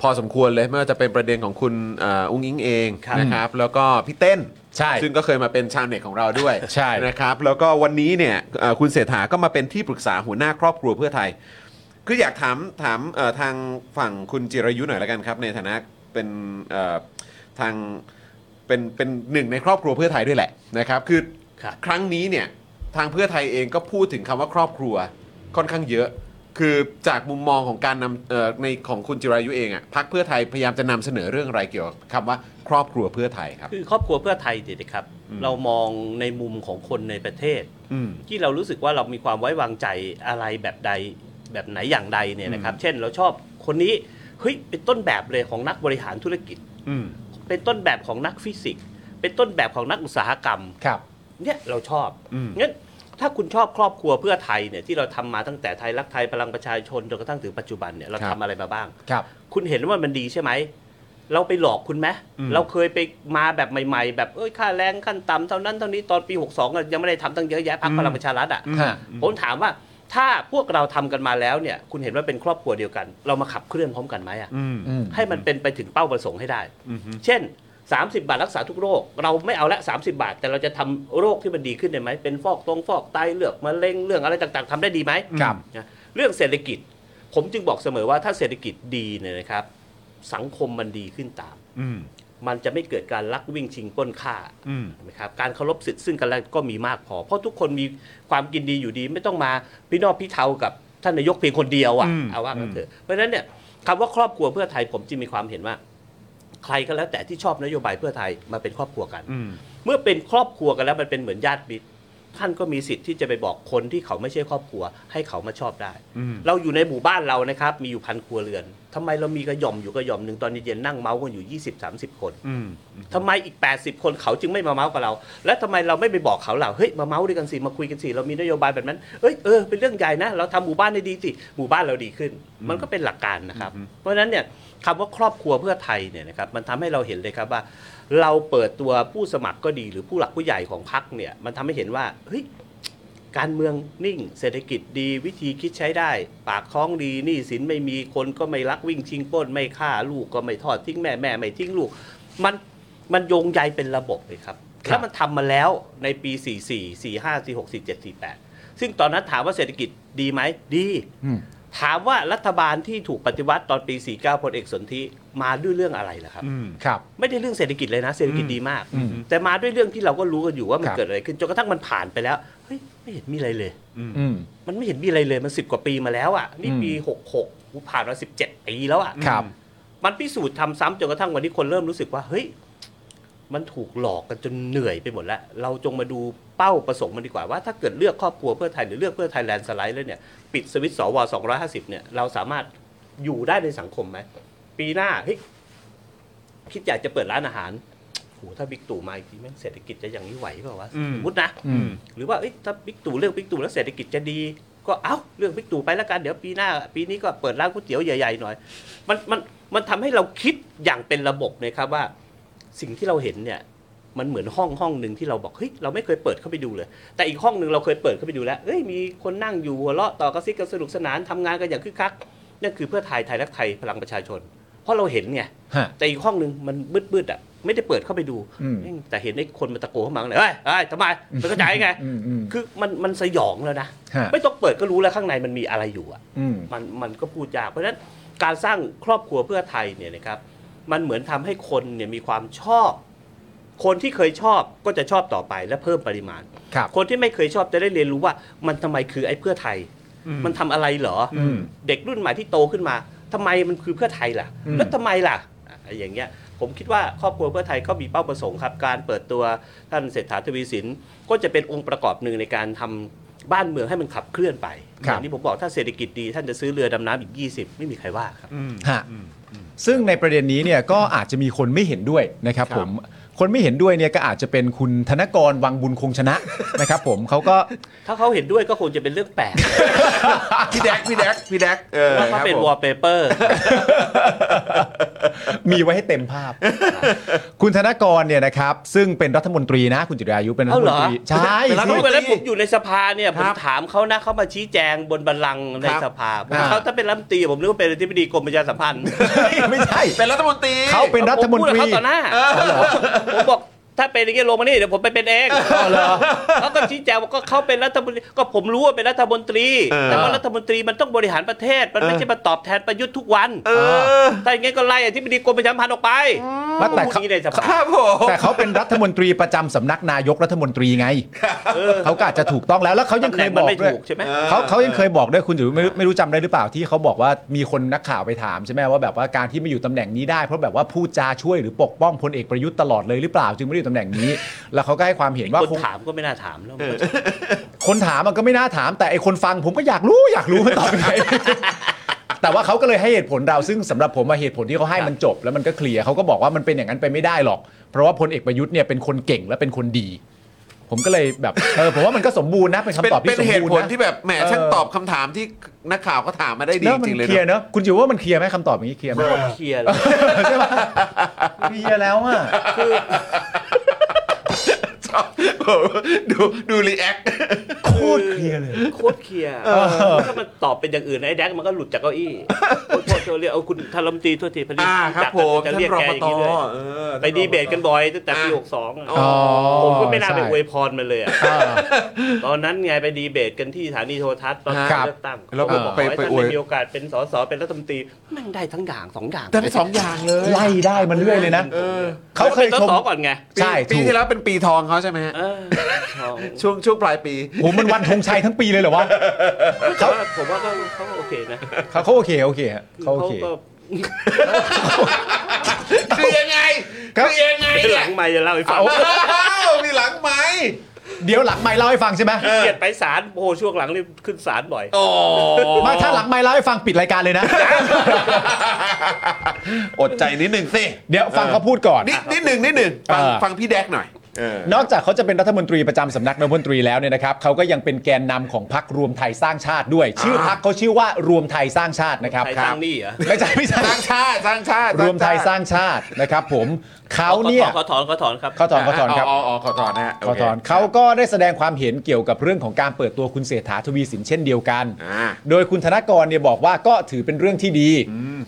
S1: พอสมควรเลยไม่ว่าจะเป็นประเด็นของคุณเอ่ออุ้งอิงเอง
S3: ครับ
S1: นะครับ แล้วก็พี่เต้น
S2: ใช่
S1: ซึ่งก็เคยมาเป็นชาวเน็ตของเราด้วย
S2: ใช่
S1: นะครับ แล้วก็วันนี้เนี่ยเอ่อคุณเศรษฐาก็มาเป็นที่ปรึกษาหัวหน้าครอบครัวเพื่อไทย คืออยากถามถามเอ่อทางฝั่งคุณจิรายุหน่อยละกันครับ ในฐานะเป็นเอ่อทางเป็นเป็นหนึ่งในครอบครัวเพื่อไทยด้วยแหละนะครับคือ
S3: ครับ
S1: ครั้งนี้เนี่ยทางเพื่อไทยเองก็พูดถึงคำว่าครอบครัวค่อนข้างเยอะ คือจากมุมมองของการนำเอ่อในของคุณจิรายุเองอะ่ะพักเพื่อไทยพยายามจะนำเสนอเรื่องอะไรเกี่ยวกับคำว่าครอบครัวเพื่อไทยครับ
S3: คือครอบครัวเพื่อไทยเด็ดครับ
S1: อืม
S3: เรามองในมุมของคนในประเทศ
S1: อืม
S3: ที่เรารู้สึกว่าเรามีความไว้วางใจอะไรแบบใดแบบไหนอย่างใดเนี่ยนะครับ เช่นเราชอบคนนี้เฮ้ยเป็นต้นแบบเลยของนักบริหารธุรกิจ
S1: อืม
S3: เป็นต้นแบบของนักฟิสิกส์เป็นต้นแบบของนักอุตสาหกรรม
S2: ครับ
S3: เนี่ยเราชอบ
S1: อืม
S3: งั้นถ้าคุณชอบครอบครัวเพื่อไทยเนี่ยที่เราทำมาตั้งแต่ไทยรักไทยพลังประชาชนจนกระทั่งถึงปัจจุบันเนี่ยเราทำอะไรมาบ้าง
S2: ครับ
S3: คุณเห็นว่ามันดีใช่ไหม เราไปหลอกคุณไหม
S1: อืม
S3: เราเคยไปมาแบบใหม่ ๆ แบบเอ้ยค่าแรงขั้นต่ำเท่านั้นเท่านี้ตอนปี 62อะยังไม่ได้ทำตั้งเยอะแยะพักพลังประชารัฐอ่ะ
S2: ฮะ
S3: ผมถามว่าถ้าพวกเราทำกันมาแล้วเนี่ย คุณเห็นว่าเป็นครอบครัวเดียวกัน เรามาขับเคลื่อนพร้อมกันไหมอ่ะ
S1: อืม
S2: อืม
S3: ให้มันเป็นไปถึงเป้าประสงค์ให้ได้
S1: อืม
S3: เช่น 30 บาทรักษาทุกโรค เราไม่เอาละ 30 บาท แต่เราจะทำโรคที่มันดีขึ้นได้ไหม เป็นฟอกตรงฟอกไตเลือกมะเร็งเรื่องอะไรต่างๆทำได้ดีไหม
S2: ครับ
S3: นะเรื่องเศรษฐกิจ ผมจึงบอกเสมอว่าถ้าเศรษฐกิจดีเนี่ยนะครับ สังคมมันดีขึ้นตาม
S1: อืม
S3: มันจะไม่เกิดการลักวิ่งชิงปล้นฆ่า
S1: อืม
S3: นะครับการเคารพสิทธิ์ซึ่งกันและกันก็มีมากพอ เพราะทุกคนมีความกินดีอยู่ดี ไม่ต้องมาพี่นอกพี่เทากับท่านนายกเพียงคนเดียว
S1: อืม
S3: อะ่ะเอาว่ากันเถอะเพราะฉะนั้นเนี่ยคำว่าครอบครัวเพื่อไทยผมจึงมีความเห็นว่า ใครก็แล้วแต่ที่ชอบนโยบายเพื่อไทยมาเป็นครอบครัวกัน
S1: อืม
S3: เมื่อเป็นครอบครัวกันแล้วมันเป็นเหมือนญาติมิตรท่านก็มีสิทธิ์ที่จะไปบอกคนที่เขาไม่ใช่ครอบครัว ให้เขามาชอบได้
S1: อืม
S3: เราอยู่ในหมู่บ้านเรานะครับ มีอยู่พันครัวเรือนทำไมเรามีกระหย่อมอยู่กระหย่อมหนึ่งตอนเย็นๆนั่งเมาส์กันอยู่ 20-30 คน
S1: อืม
S3: ทำไมอีก 80 คนเขาจึงไม่มาเมาส์กับเรา และทำไมเราไม่ไปบอกเขาเราเฮ้ยมาเมาส์ด้วยกันสิมาคุยกันสิเรามีนโยบายแบบนั้นเอ้ยเออเป็นเรื่องใหญ่นะ เราทำหมู่บ้านให้ดีสิหมู่บ้านเราดีขึ้น มันก็เป็นหลักการนะครับ เพราะฉะนั้นเนี่ยคำว่าครอบครัวเพื่อไทยเนี่ยนะครับมันทำให้เราเห็นเลยครับว่า เราเปิดตัวผู้สมัครก็ดีหรือผู้หลักผู้ใหญ่ของพรรคเนี่ยมันทำให้เห็นว่าเฮ้ยการเมืองนิ่ง เศรษฐกิจดีวิธีคิดใช้ได้ ปากท้องดีหนี้สินไม่มีคนก็ไม่ลักวิ่งชิงปล้นไม่ฆ่าลูกก็ไม่ทอดทิ้งแม่แม่ไม่ทิ้งลูก มันมันโยงใยเป็นระบบเลยครับ
S2: ครับ
S3: แล้วมันทำมาแล้วในปี 44 45 46 47 48 ซึ่งตอนนั้นถามว่าเศรษฐกิจดีไหม ดี
S2: อืม
S3: ถามว่ารัฐบาลที่ถูกปฏิวัติตอนปี 49พลเอกสนธิมาด้วยเรื่องอะไรล่ะครับ
S1: อืม
S2: ครับ
S3: ไม่ได้เรื่องเศรษฐกิจเลยนะ เศรษฐกิจดีมาก
S2: อืม
S3: แต่มาด้วยเรื่องที่เราก็รู้กันอยู่ว่ามัน
S2: ครับ
S3: เกิดอะไรขึ้นจนกระทั่งมันผ่านไปแล้วเฮ้ยไม่เห็นมีอะไรเลย
S2: อืม
S3: มันไม่เห็นมีอะไรเลยมันสิบกว่าปีมาแล้วอ่ะนี่ปี
S2: อืม
S3: หกหกกูผ่านมาสิบเจ็ดปีแล้วอ่ะ
S2: ครับ
S3: มันพิสูจน์ทำซ้ำจนกระทั่งวันนี้คนเริ่มรู้สึกว่า เฮ้ย มันถูกหลอกกันจนเหนื่อยไปหมดแล้ว เราจงมาดูเป้าประสงค์มันดีกว่าว่าถ้าเกิดเลือกครอบครัวเพื่อไทยหรือเลือกเพื่อไทยแลนด์สไลด์แล้วเนี่ย ปิดสวิตช์สว250 เนี่ย เราสามารถอยู่ได้ในสังคมไหม ปีหน้าเฮ้ยคิดอยากจะเปิดร้านอาหารโหถ้าบิ๊กตู่มาอีกทีแม่งเศรษฐกิจจะอย่างนี้ไหวเปล่าวะ
S1: อืม
S3: สมมตินะ
S2: อืม
S3: หรือว่าเอ้ยถ้าบิ๊กตู่เลือกบิ๊กตู่แล้วเศรษฐกิจจะดี ก็เอ้าเลือกบิ๊กตู่ไปแล้วกันเดี๋ยวปีหน้า ปีนี้ก็เปิดร้านก๋วยเตี๋ยวใหญ่ๆหน่อย มันมันมันทำให้เราคิดอย่างเป็นระบบนะครับว่า สิ่งที่เราเห็นเนี่ยมันเหมือนห้องห้องหนึ่งที่เราบอกเฮ้ยเราไม่เคยเปิดเข้าไปดูเลย แต่อีกห้องหนึ่งเราเคยเปิดเข้าไปดูแล้วเอ้ยมีคนนั่งอยู่หัวเราะต่อกระซิบกันสนุกสนานทำงานกันอย่างคึกคักนั่นคือเพื่อไทยไทยรักไทยพลังประชาชน เพราะเราเห็นไง
S2: ฮะ
S3: แต่อีกห้องหนึ่งมันมืดๆอ่ะไม่ได้เปิดเข้าไปดู
S2: อืม
S3: แม่งแต่เห็นไอ้คนมันตะโกนเข้ามาข้างในเลยเฮ้ยเฮ้ยทำไมไม่เข้าใจไง
S2: อืมอืม
S3: คือมันมันสยองแล้วนะ
S2: ฮะ
S3: ไม่ต้องเปิดก็รู้แล้วข้างในมันมีอะไรอยู่อ่ะ
S2: อืม
S3: มันมันก็พูดยากเพราะฉะนั้นการสร้างครอบครัวเพื่อไทยเนี่ยนะครับมันเหมือนทำให้คนเนี่ยมีความชอบ คนที่เคยชอบก็จะชอบต่อไปและเพิ่มปริมาณ
S2: ครับ
S3: คนที่ไม่เคยชอบจะได้เรียนรู้ว่า มันทำไมคือไอ้เพื่อไทย มันทำอะไรเหรออ
S2: ม
S3: เด็กรุ่นใหม่ที่โตขึ้นมาทำไมมันคือเพื่อไทยล่ะ
S2: อืม
S3: แล้วทำไมล่ะอ่ะอย่างเงี้ยผมคิดว่าครอบครัวเพื่อไทยก็มีเป้าประสงค์ครับ การเปิดตัวท่านเศรษฐาทวีสิน ก็จะเป็นองค์ประกอบหนึ่งในการทำบ้านเมืองให้มันขับเคลื่อนไป
S2: ครั
S3: อบ ย่างที่ผมบอกถ้าเศรษฐกิจดี ท่านจะซื้อเรือดำน้ำอีก 20 ไม่มีใครว่าครับ
S1: อืม
S2: ฮะ
S1: อืม
S2: ซึ่งในประเด็นนี้เนี่ยก็อาจจะมีคนไม่เห็นด้วยนะครับ
S1: ครับ
S2: ผมคนไม่เห็นด้วยเนี่ยก็อาจจะเป็นคุณธนกรวังบุญคงชนะ (laughs) นะครับผมเขาก็
S3: ถ้าเขาเห็นด้วยก็คงจะเป็นเรื่องแปลก
S1: พี่แดกพี่แดกพี่แดกเออ
S3: ว่าเขาเป็น
S1: ครับผม
S3: วอลเปเปอร์
S2: มีไว้ให้เต็มภาพ คุณธนกรเนี่ยนะครับ ซึ่งเป็นรัฐมนตรีนะ คุณจิรายุเป็นรัฐ
S3: เอา
S2: ม
S3: เหร
S2: น
S3: อ
S2: ตรีใช่
S1: เป็นรัฐ
S2: สิ
S1: มนตรี
S3: เวลาผมอยู่ในสภาเนี่ยผ
S1: ค
S3: ม
S1: รับ
S3: ถามเขานะเขามาชี้แจงบนบัลลังก์ใน
S1: ครับ
S3: สภาผม
S2: อ่า
S3: เขาถ้าเป็นรัฐมนตรีผมนึกว่าเป็นอธิบดีกรมประชาสัมพันธ์
S2: (laughs) ไม่ใช่
S1: เป็นรัฐมนตรี
S2: เขาเป็นรัฐมนตรี
S3: ผพูดกับเขาต่อหน้าผมบอกถ้าเป็นอย่างเงี้ยลงมานี่เดี๋ยวผมไปเป็นเองเขาก็ชี้แจงว่าก็เขาเป็นรัฐมนตรีก็ผมรู้ว่าเป็นรัฐมนตรี
S1: เออ
S3: แต่ว่ารัฐมนตรีมันต้องบริหารประเทศ มันไม่
S1: เออ
S3: ใช่มาตอบแทนประยุทธ์ทุกวัน
S1: เออ
S3: ถ้าอย่างงี้ก็ไล่ที่บดีกรมประชาสัมพันธ์ออกไป
S2: ว่าแต่เขา
S3: พูดอย่างงี้ในสภา
S1: ครับผม
S2: แต่เขาเป็นรัฐมนตรีประจำสำนักนายกรัฐมนตรีไง
S3: เออ
S2: เขาก็อาจจะถูกต้องแล้ว แล้วเขายัง
S3: ตำแห
S2: เค
S3: น่
S2: ย
S3: ง
S2: บ
S3: มัน
S2: อก
S3: ไม่
S2: ด้วย
S3: ถูกใช่ไหม
S2: เขาเขายังเคยบอกด้วยคุณจิรายุไม่รู้ไม่รู้จำได้หรือเปล่าที่เขาบอกว่ามีคนนักข่าวไปถามใช่ไหมว่าแบบว่าการที่ไม่อยู่ตำแหน่งนี้ได้เพราะแบบว่าพูดจาช่วยหรือปกป้องพลเอกประยุทธ์ตลอดเลยหรือเปล่าจึงไม่ได้อยู่ตำแหน่งนี้ แล้วเขาก็ให้ความเห็นว่า
S3: คน
S2: คง
S3: ถามก็ไม่น่าถามแล้ว
S2: คนถามมันก็ไม่น่าถามแต่ไอคนฟังผมก็อยากรู้อยากรู้มันตอบยังไง (laughs) แต่ว่าเขาก็เลยให้เหตุผลเราซึ่งสำหรับผมอะเหตุผลที่เขาให้มันจบ แล้วมันก็เคลียร์เขาก็บอกว่ามันเป็นอย่างนั้นไปไม่ได้หรอก เพราะว่าพลเอกประยุทธ์เนี่ยเป็นคนเก่งและเป็นคนดี ผมก็เลยแบบเออผมว่ามันก็สมบูรณ์นะเป็นคำ
S1: เป็น
S2: ตอบที่
S1: เป็น
S2: สม
S1: เหตุ
S2: บูร
S1: ผล
S2: ณ์นะ
S1: ที่แบบแหม
S2: เออ
S1: ช่างตอบคำถามที่นักข่าวก็ถามมาได้ดี
S2: เนอะ
S1: จ
S2: มัน
S1: ริงๆเลย
S2: เคลียร์
S1: เนอะ
S2: เนอะคุณจิวว่ามันเคลียร์ไหมคำตอบอย่างนี้เคลียร์ไหม
S3: เคลียร์
S2: ใช่ไหมเคลียร์แล้วอ่ (laughs) ะ
S1: ชอบผม (laughs) ดูดูรีแอค
S2: โคตรเคลียร์เลย
S3: โคตรเคลียร์
S2: อ
S3: ถ้ามันตอบเป็นอย่างอื่นไอ้แดกมันก็หลุดจากเก้าอี้โอ้โทษโทษเรียกเอาคุณทารมนตรีโทษทีพอดี
S1: อ่าครับ
S3: จัด
S1: ผม
S3: จะ
S1: ท่า
S3: เรีย
S1: น
S3: ก
S1: รอ
S3: แก
S1: ง
S3: อย่าง
S1: ต
S3: นี้เลย
S1: เออ
S3: ไปดีเบตกันบ่อยตั้งแต่ปี
S1: อ่ะ
S3: หกสอง
S1: อ๋
S2: อ๋อ
S3: ผมก็ไม่น่าไปอวย
S2: ใช่
S3: พรมันเลยอะ
S2: อ่า
S3: ตอนนั้นไงไปดีเบตกันที่สถานีโทรทัศน์ตอน
S2: ครับ
S3: เลือกตั้ง
S1: แล้ว
S3: ผมบอก
S1: ไป
S3: ให้
S1: ไป
S3: ท่าน
S1: อวย
S3: ได้มีโอกาสเป็นสสเป็นรัฐมนตรีแม่งได้ทั้งอย่างสองอย่าง
S1: ทั้งสองอย่างเลย
S2: ไล่ได้มาเรื่อยเลยนะ
S1: เออ
S2: เขาเคย
S3: ป็น
S2: ชม
S3: สสก่อนไง
S1: ปี
S2: ใช่ถู
S1: ปี
S2: ก
S1: ที่แล้วเป็นปีทองเขาใช่ไหมฮะ
S3: เออชอบ
S1: ช่วงช่วงปลายปี
S2: โหมันวันธงชัยทั้งปีเลยเหรอวะ
S3: แต่ว่าผมว่าเขาเขาโอเคนะ
S2: เขาเขาโอเคโอเคฮะเขาโอเค
S3: ก็
S1: คือยังไง
S2: ครับ
S1: คือยังไง
S3: ห
S1: เนี่
S3: ลั
S1: ย
S3: งไม่จะเล่าให้ฟัง
S1: อ้าวมีหลังไหม
S2: เดี๋ยวหลังไม่เล่าให้ฟังใช่ไหม
S3: เกลียดไปศาลโอ้โหช่วงหลังนี่ขึ้นศาลบ่อย
S1: โอ้
S2: ไม่ถ้าหลังไม่เล่าให้ฟังปิดรายการเลยนะ
S1: อดใจนิดหนึ่งสิ
S2: เดี๋ยวฟังเขาพูดก่อน
S1: นิดนิดหนึ่งนิดหนึ่งฟัง
S2: เออ
S1: ฟังพี่แดกหน่อยเออ
S2: นอกจากเขาจะเป็นรัฐมนตรีประจำสำนักนายกรัฐมนตรีแล้วเนี่ยนะครับเขาก็ยังเป็นแกนนำของพรรครวมไทยสร้างชาติด้วย ชื่อพรรคเขาชื่อว่ารวมไทยสร้างชาตินะครับ
S3: ใครสร้างหนี้เหรอ
S2: ไม่ใช่ไม่ใช่
S1: สร้างชาติสร้างชาติ
S2: รวมไทยสร้างชาตินะครับ ผมเขาเนี่ย
S3: ขอถอนขอถอนครับ
S2: เขาถอนเขาถอนครับ
S1: อ๋ออ๋อขอถอนนะฮะ
S2: ขอถอน
S1: โ
S2: เขาก็ได้แสดงความเห็นเกี่ยวกับเรื่องของการเปิดตัวคุณเศรษฐาทวีสินเช่นเดียวกัน
S1: อ่า
S2: โดยคุณธนกรเนี่ยบอกว่าก็ถือเป็นเรื่องที่ดี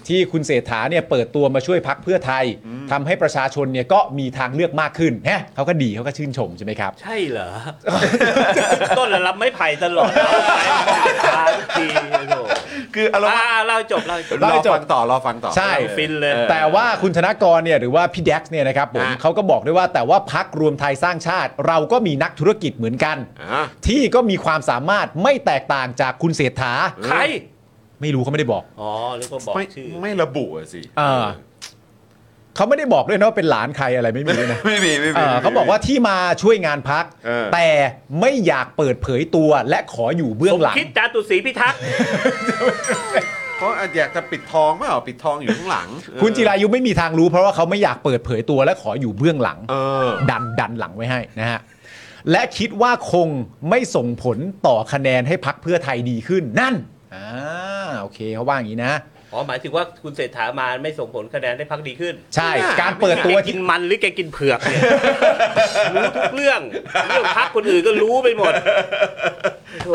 S2: ที่คุณเศรษฐาเนี่ยเปิดตัวมาช่วยพักเพื่อไทยทำให้ประชาชนเนี่ยก็มีทางเลือกมากขึ้นฮะเขาก็ดีเขาก็ชื่นชมใช่ไหมครับ
S3: ใช่เหรอ ต้นละรับไม่ไผ่ตลอดตายทุกทีโอ้โห
S1: คืออารมณ์
S3: อ่าเล่าจบเล่าจบ
S1: ร
S2: เล่า
S1: อ
S2: ให้จบ
S1: ฟังต่อรอฟังต่อ
S2: ใช่
S3: ฟินเลย ออ
S2: แต่ว่าคุณธนกรเนี่ยหรือว่าพี่แดกซ์เนี่ยนะครับผม
S1: ฮะ
S2: เขาก็บอกด้วยว่าแต่ว่าพักรวมไทยสร้างชาติ เราก็มีนักธุรกิจเหมือนกัน
S1: อ่า
S2: ที่ก็มีความสามารถไม่แตกต่างจากคุณเศรษฐา
S1: อ
S3: ใคร
S2: ไม่รู้เขาไม่ได้บอก
S3: อ๋อนึกว่าบอก
S1: ไม่
S3: ชื่อ
S1: ไม่ระบุอะสิ
S2: เออ เขาไม่ได้บอกด้วยนะว่าเป็นหลานใครอะไรไม่มีนะ
S1: ไม่มีไม่
S2: เอ
S1: มี
S2: อเขาบอกว่าที่มาช่วยงานพัก
S1: เออ
S2: แต่ไม่อยากเปิดเผยตัวและขออยู่เบื้อ
S3: ส
S2: ง
S3: ม
S2: หลัง
S3: คิดจาตุศรีพิทักษ์
S1: เขาอาจอยากจะปิดทองไม่หรอปิดทองอยู่ข้างหลัง
S2: คุณจิรายุไม่มีทางรู้เพราะว่าเขาไม่อยากเปิดเผยตัวและขออยู่เบื้องหลัง
S1: เออ
S2: ดันดันหลังไว้ให้นะฮะ และคิดว่าคงไม่ส่งผลต่อคะแนนให้พักเพื่อไทยดีขึ้นนั่นอ่าโอเคเขาว่าอย่างนี้นะ
S3: อ๋อหมายถึงว่าคุณเศรษฐามาไม่ส่งผลคะแนนให้พักดีขึ้น
S2: ใช่
S1: ไม่น่า
S2: การเปิดตัว
S3: แกกิ
S2: ที่
S3: นมันหรือแกกินเผือกเนี่ยรู้ทุกเรื่องเรื่องพักคนอื่นก็รู้ไปหมด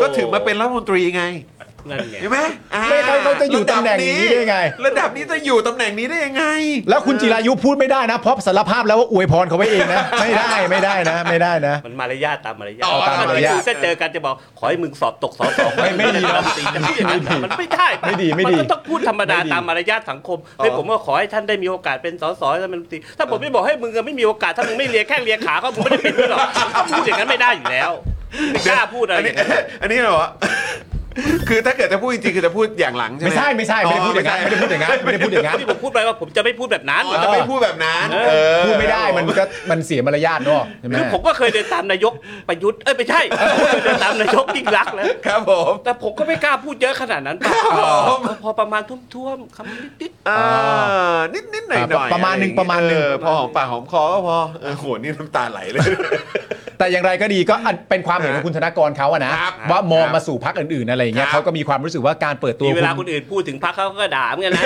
S1: ก็ถึงมาเป็นรัฐมนตรีไง
S3: นั่นไง
S1: เห็นไหมอ่
S2: ไม่เขาเขาจะอยู่ตำแหน่งนี้ได้ไง
S1: ระดับนี้จะอยู่ตำแหน่งนี้ได้ยังไง
S2: แล้วคุณจิรายุพูดไม่ได้นะเพราะสารภาพแล้วว่าอวยพรเขาไว้เองนะไม่ได้ไม่ได้นะ ไม่ได้นะ
S3: มันมารยาทตามมารยาท
S1: อ๋อตามมารยาท
S3: ถ้าเจอกันจะบอก ขอให้มึงสอบตกสอบสอง
S2: ไม่ไม่ดีหรอก
S3: ตีจะพูดอย่างนั้น
S2: ไม่ดี
S3: มันไม่ได้ปะ
S2: ไม่ดีไม่ดี
S3: นก็ต้องพูดธรรมดา
S2: ไม่ดี
S3: ตามมารยาทสังคมเฮ้ยผมก็ขอให้ท่านได้มีโอกาสเป็นสสท่านเป็นรัฐมนตรีถ้าผมไม่บอกให้มึงอะไม่มีโอกาสถ้ามึงไม่เลียแข้งเลียขาก็มึงไม่ได้เป็นด้วยหรอกก็พูดอย่างนั้นไม่ได้อยู่แล้วไม่กล้าพูดอะไร
S1: (laughs) อันี้
S3: อน ย่างนั้น
S1: อันนี้เหรอ คือถ้าเกิดจะพูดจริงๆคือจะพูดอย่างหลังใช่ไหม
S2: ไม่ใช่ไม่ใช่ไม่ได้พูดอย่างนั้นไม่ได้พูดอย่างนั้นไม่ได้พูดอย่างนั้น
S3: ที่ผมพูดไปว่าผมจะไม่พูดแบบนั้น
S1: อ๋อจะไม่พูดแบบนั้นเออ
S2: พูดไม่ได้มันก็มันเสียมารยาทเนอะใช่ไหม
S3: คือผมก็เคยเดินตามนายกประยุทธ์เอ้ยไม่ใช่ผมเคยเดินตามนายกยิ่งรักษณ์แล้ว
S1: ครับผม
S3: แต่ผมก็ไม่กล้าพูดเยอะขนาดนั้นป่ะ
S1: ผม
S3: พอประมาณท่วมๆคำนิด
S1: เอ
S2: อ่
S1: อนิดนิดๆหน่อยหน่อย
S2: ประมาณหนึ่งประมาณหนึ่ง
S1: พอหอมปากหอมคอก็พอเออโหนี่น้ำตาไหลเลย
S2: แต่อย่างไรก็ดีก็อันเป็นความเห็นของคุณธนกรเขาอะนะครับ ว่ามอง
S1: ครับ
S2: มาสู่พักอื่นๆอะไรอย่างเงี้
S1: ค
S2: ย
S1: รับ
S2: เขาก็มีความรู้สึกว่าการเปิด
S3: ๆ
S2: ตัว
S3: มีเวลาค
S2: คุณ
S3: นอื่นพูดถึงพักเขาก็ด่าเหมือนกันนะ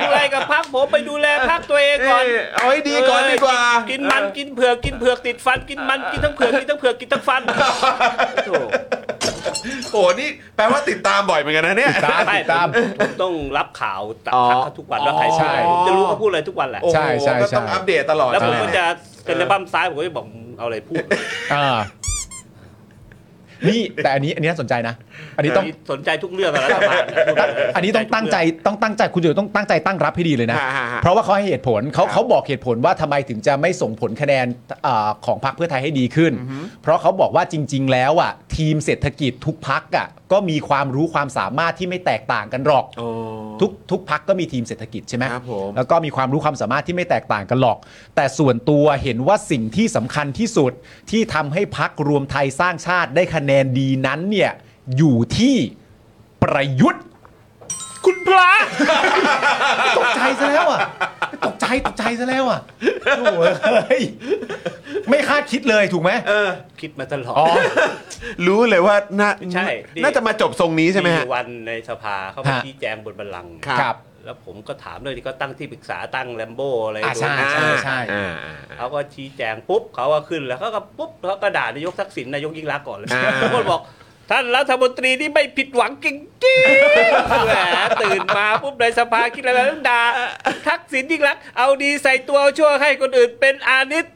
S3: ยุ่งอะไรกับพักผมไปดูแลพักตัวเองก่อน
S1: เอ้ยเอาให้ดีก่อนดีกว่า
S3: กินมันกินเผือกกินเผือกติดฟันกินมันกินทั้งเผือกกินทั้งเผือกกินทั้งฟันโถ่
S1: โหนี่แปลว่าติดตามบ่อยเหมือนกันนะเนี่ย
S2: ตามติดตาม
S3: ผมต้องรับข่าวจากพักเขาทุกวันว่าใคร
S2: อ๋อ
S3: ใช่ผมจะรู้เขาพูดอะไรทุกวันแหละ
S1: โอ้โห
S2: ใช่ใช่
S1: ก็
S2: ใช่
S1: ต้องอัปเดตตลอด
S3: แล้วผมก็
S1: ใช่ไห
S3: จะเป็นระบ้มซ้ายผมก็จะบอกเอาอะไรพูด
S2: อ่านี่แต่อันนี้อันนี้น่าสนใจนะ อันนี้ต้อง
S3: สนใจทุกเรื่องอะรัฐบาล
S2: อันนี้ต้องตั้งใจต้องตั้งใจคุณจะต้องตั้งใจตั้งรับให้ดีเลยนะ
S1: ฮฮฮ
S2: เพราะว่าเขาให้เหตุผลเขา
S1: ครับ
S2: เขาบอกเหตุผลว่าทำไมถึงจะไม่ส่งผลคะแนนเออของพรรคเพื่อไทยให้ดีขึ้น เพราะเขาบอกว่าจริง ๆ แล้วอ่ะทีมเศรษฐกิจทุกพักอ่ะก็มีความรู้ความสามารถที่ไม่แตกต่างกันหรอก ทุกทุกพักก็มีทีมเศรษฐกิจใช่ไหม
S1: ครับผม
S2: แล้วก็มีความรู้ความสามารถที่ไม่แตกต่างกันหรอก แต่ส่วนตัวเห็นว่าสิ่งที่สำคัญที่สุดที่ทำให้พักรวมไทยสร้างชาติได้คะแนนดีนั้นเนี่ยอยู่ที่ประยุทธ์
S3: คุณพระ
S2: ตกใจซะแล้วอ่ะ ตกใจตกใจซะแล้วอ่ะโอ้โหเฮ้ยไม่คาดคิดเลยถูกไหม
S1: เออ
S3: คิดมาตลอด
S2: อ๋อ
S1: รู้เลยว่าน่า
S3: ใช่นี่
S1: น่าจะมาจบทรงนี้ใช่ไหมฮะ
S3: อยู่วันในสภาเขาไป
S2: ฮะ
S3: ชี้แจงบนบัลลังก์
S1: ครับ
S2: ครับ
S3: แล้วผมก็ถามด้วยที่ก็ตั้งที่ปรึกษาตั้งแลมโบ้อะไร
S2: อ่ะใช่
S3: ด้วยนะ
S2: ใช่
S1: อ่าอ่าอ่า
S3: เขาก็ชี้แจงปุ๊บเขาก็ขึ้นแล้วเขาก็ปุ๊บเขาก็ด่านายกทักษิณนายกยิ่งรักษณ์ก่อนเลย
S1: อ่า
S3: ทุกคนบอก ท่านรัฐมนตรีนี่ไม่ผิดหวังจริงจริงๆแหมตื่นมาปุ๊บในสภาคิดอะไรแล้วด่าทักษิณยิ่งรักษณ์เอาดีใส่ตัวเอาชั่วให้คนอื่นเป็นอานิต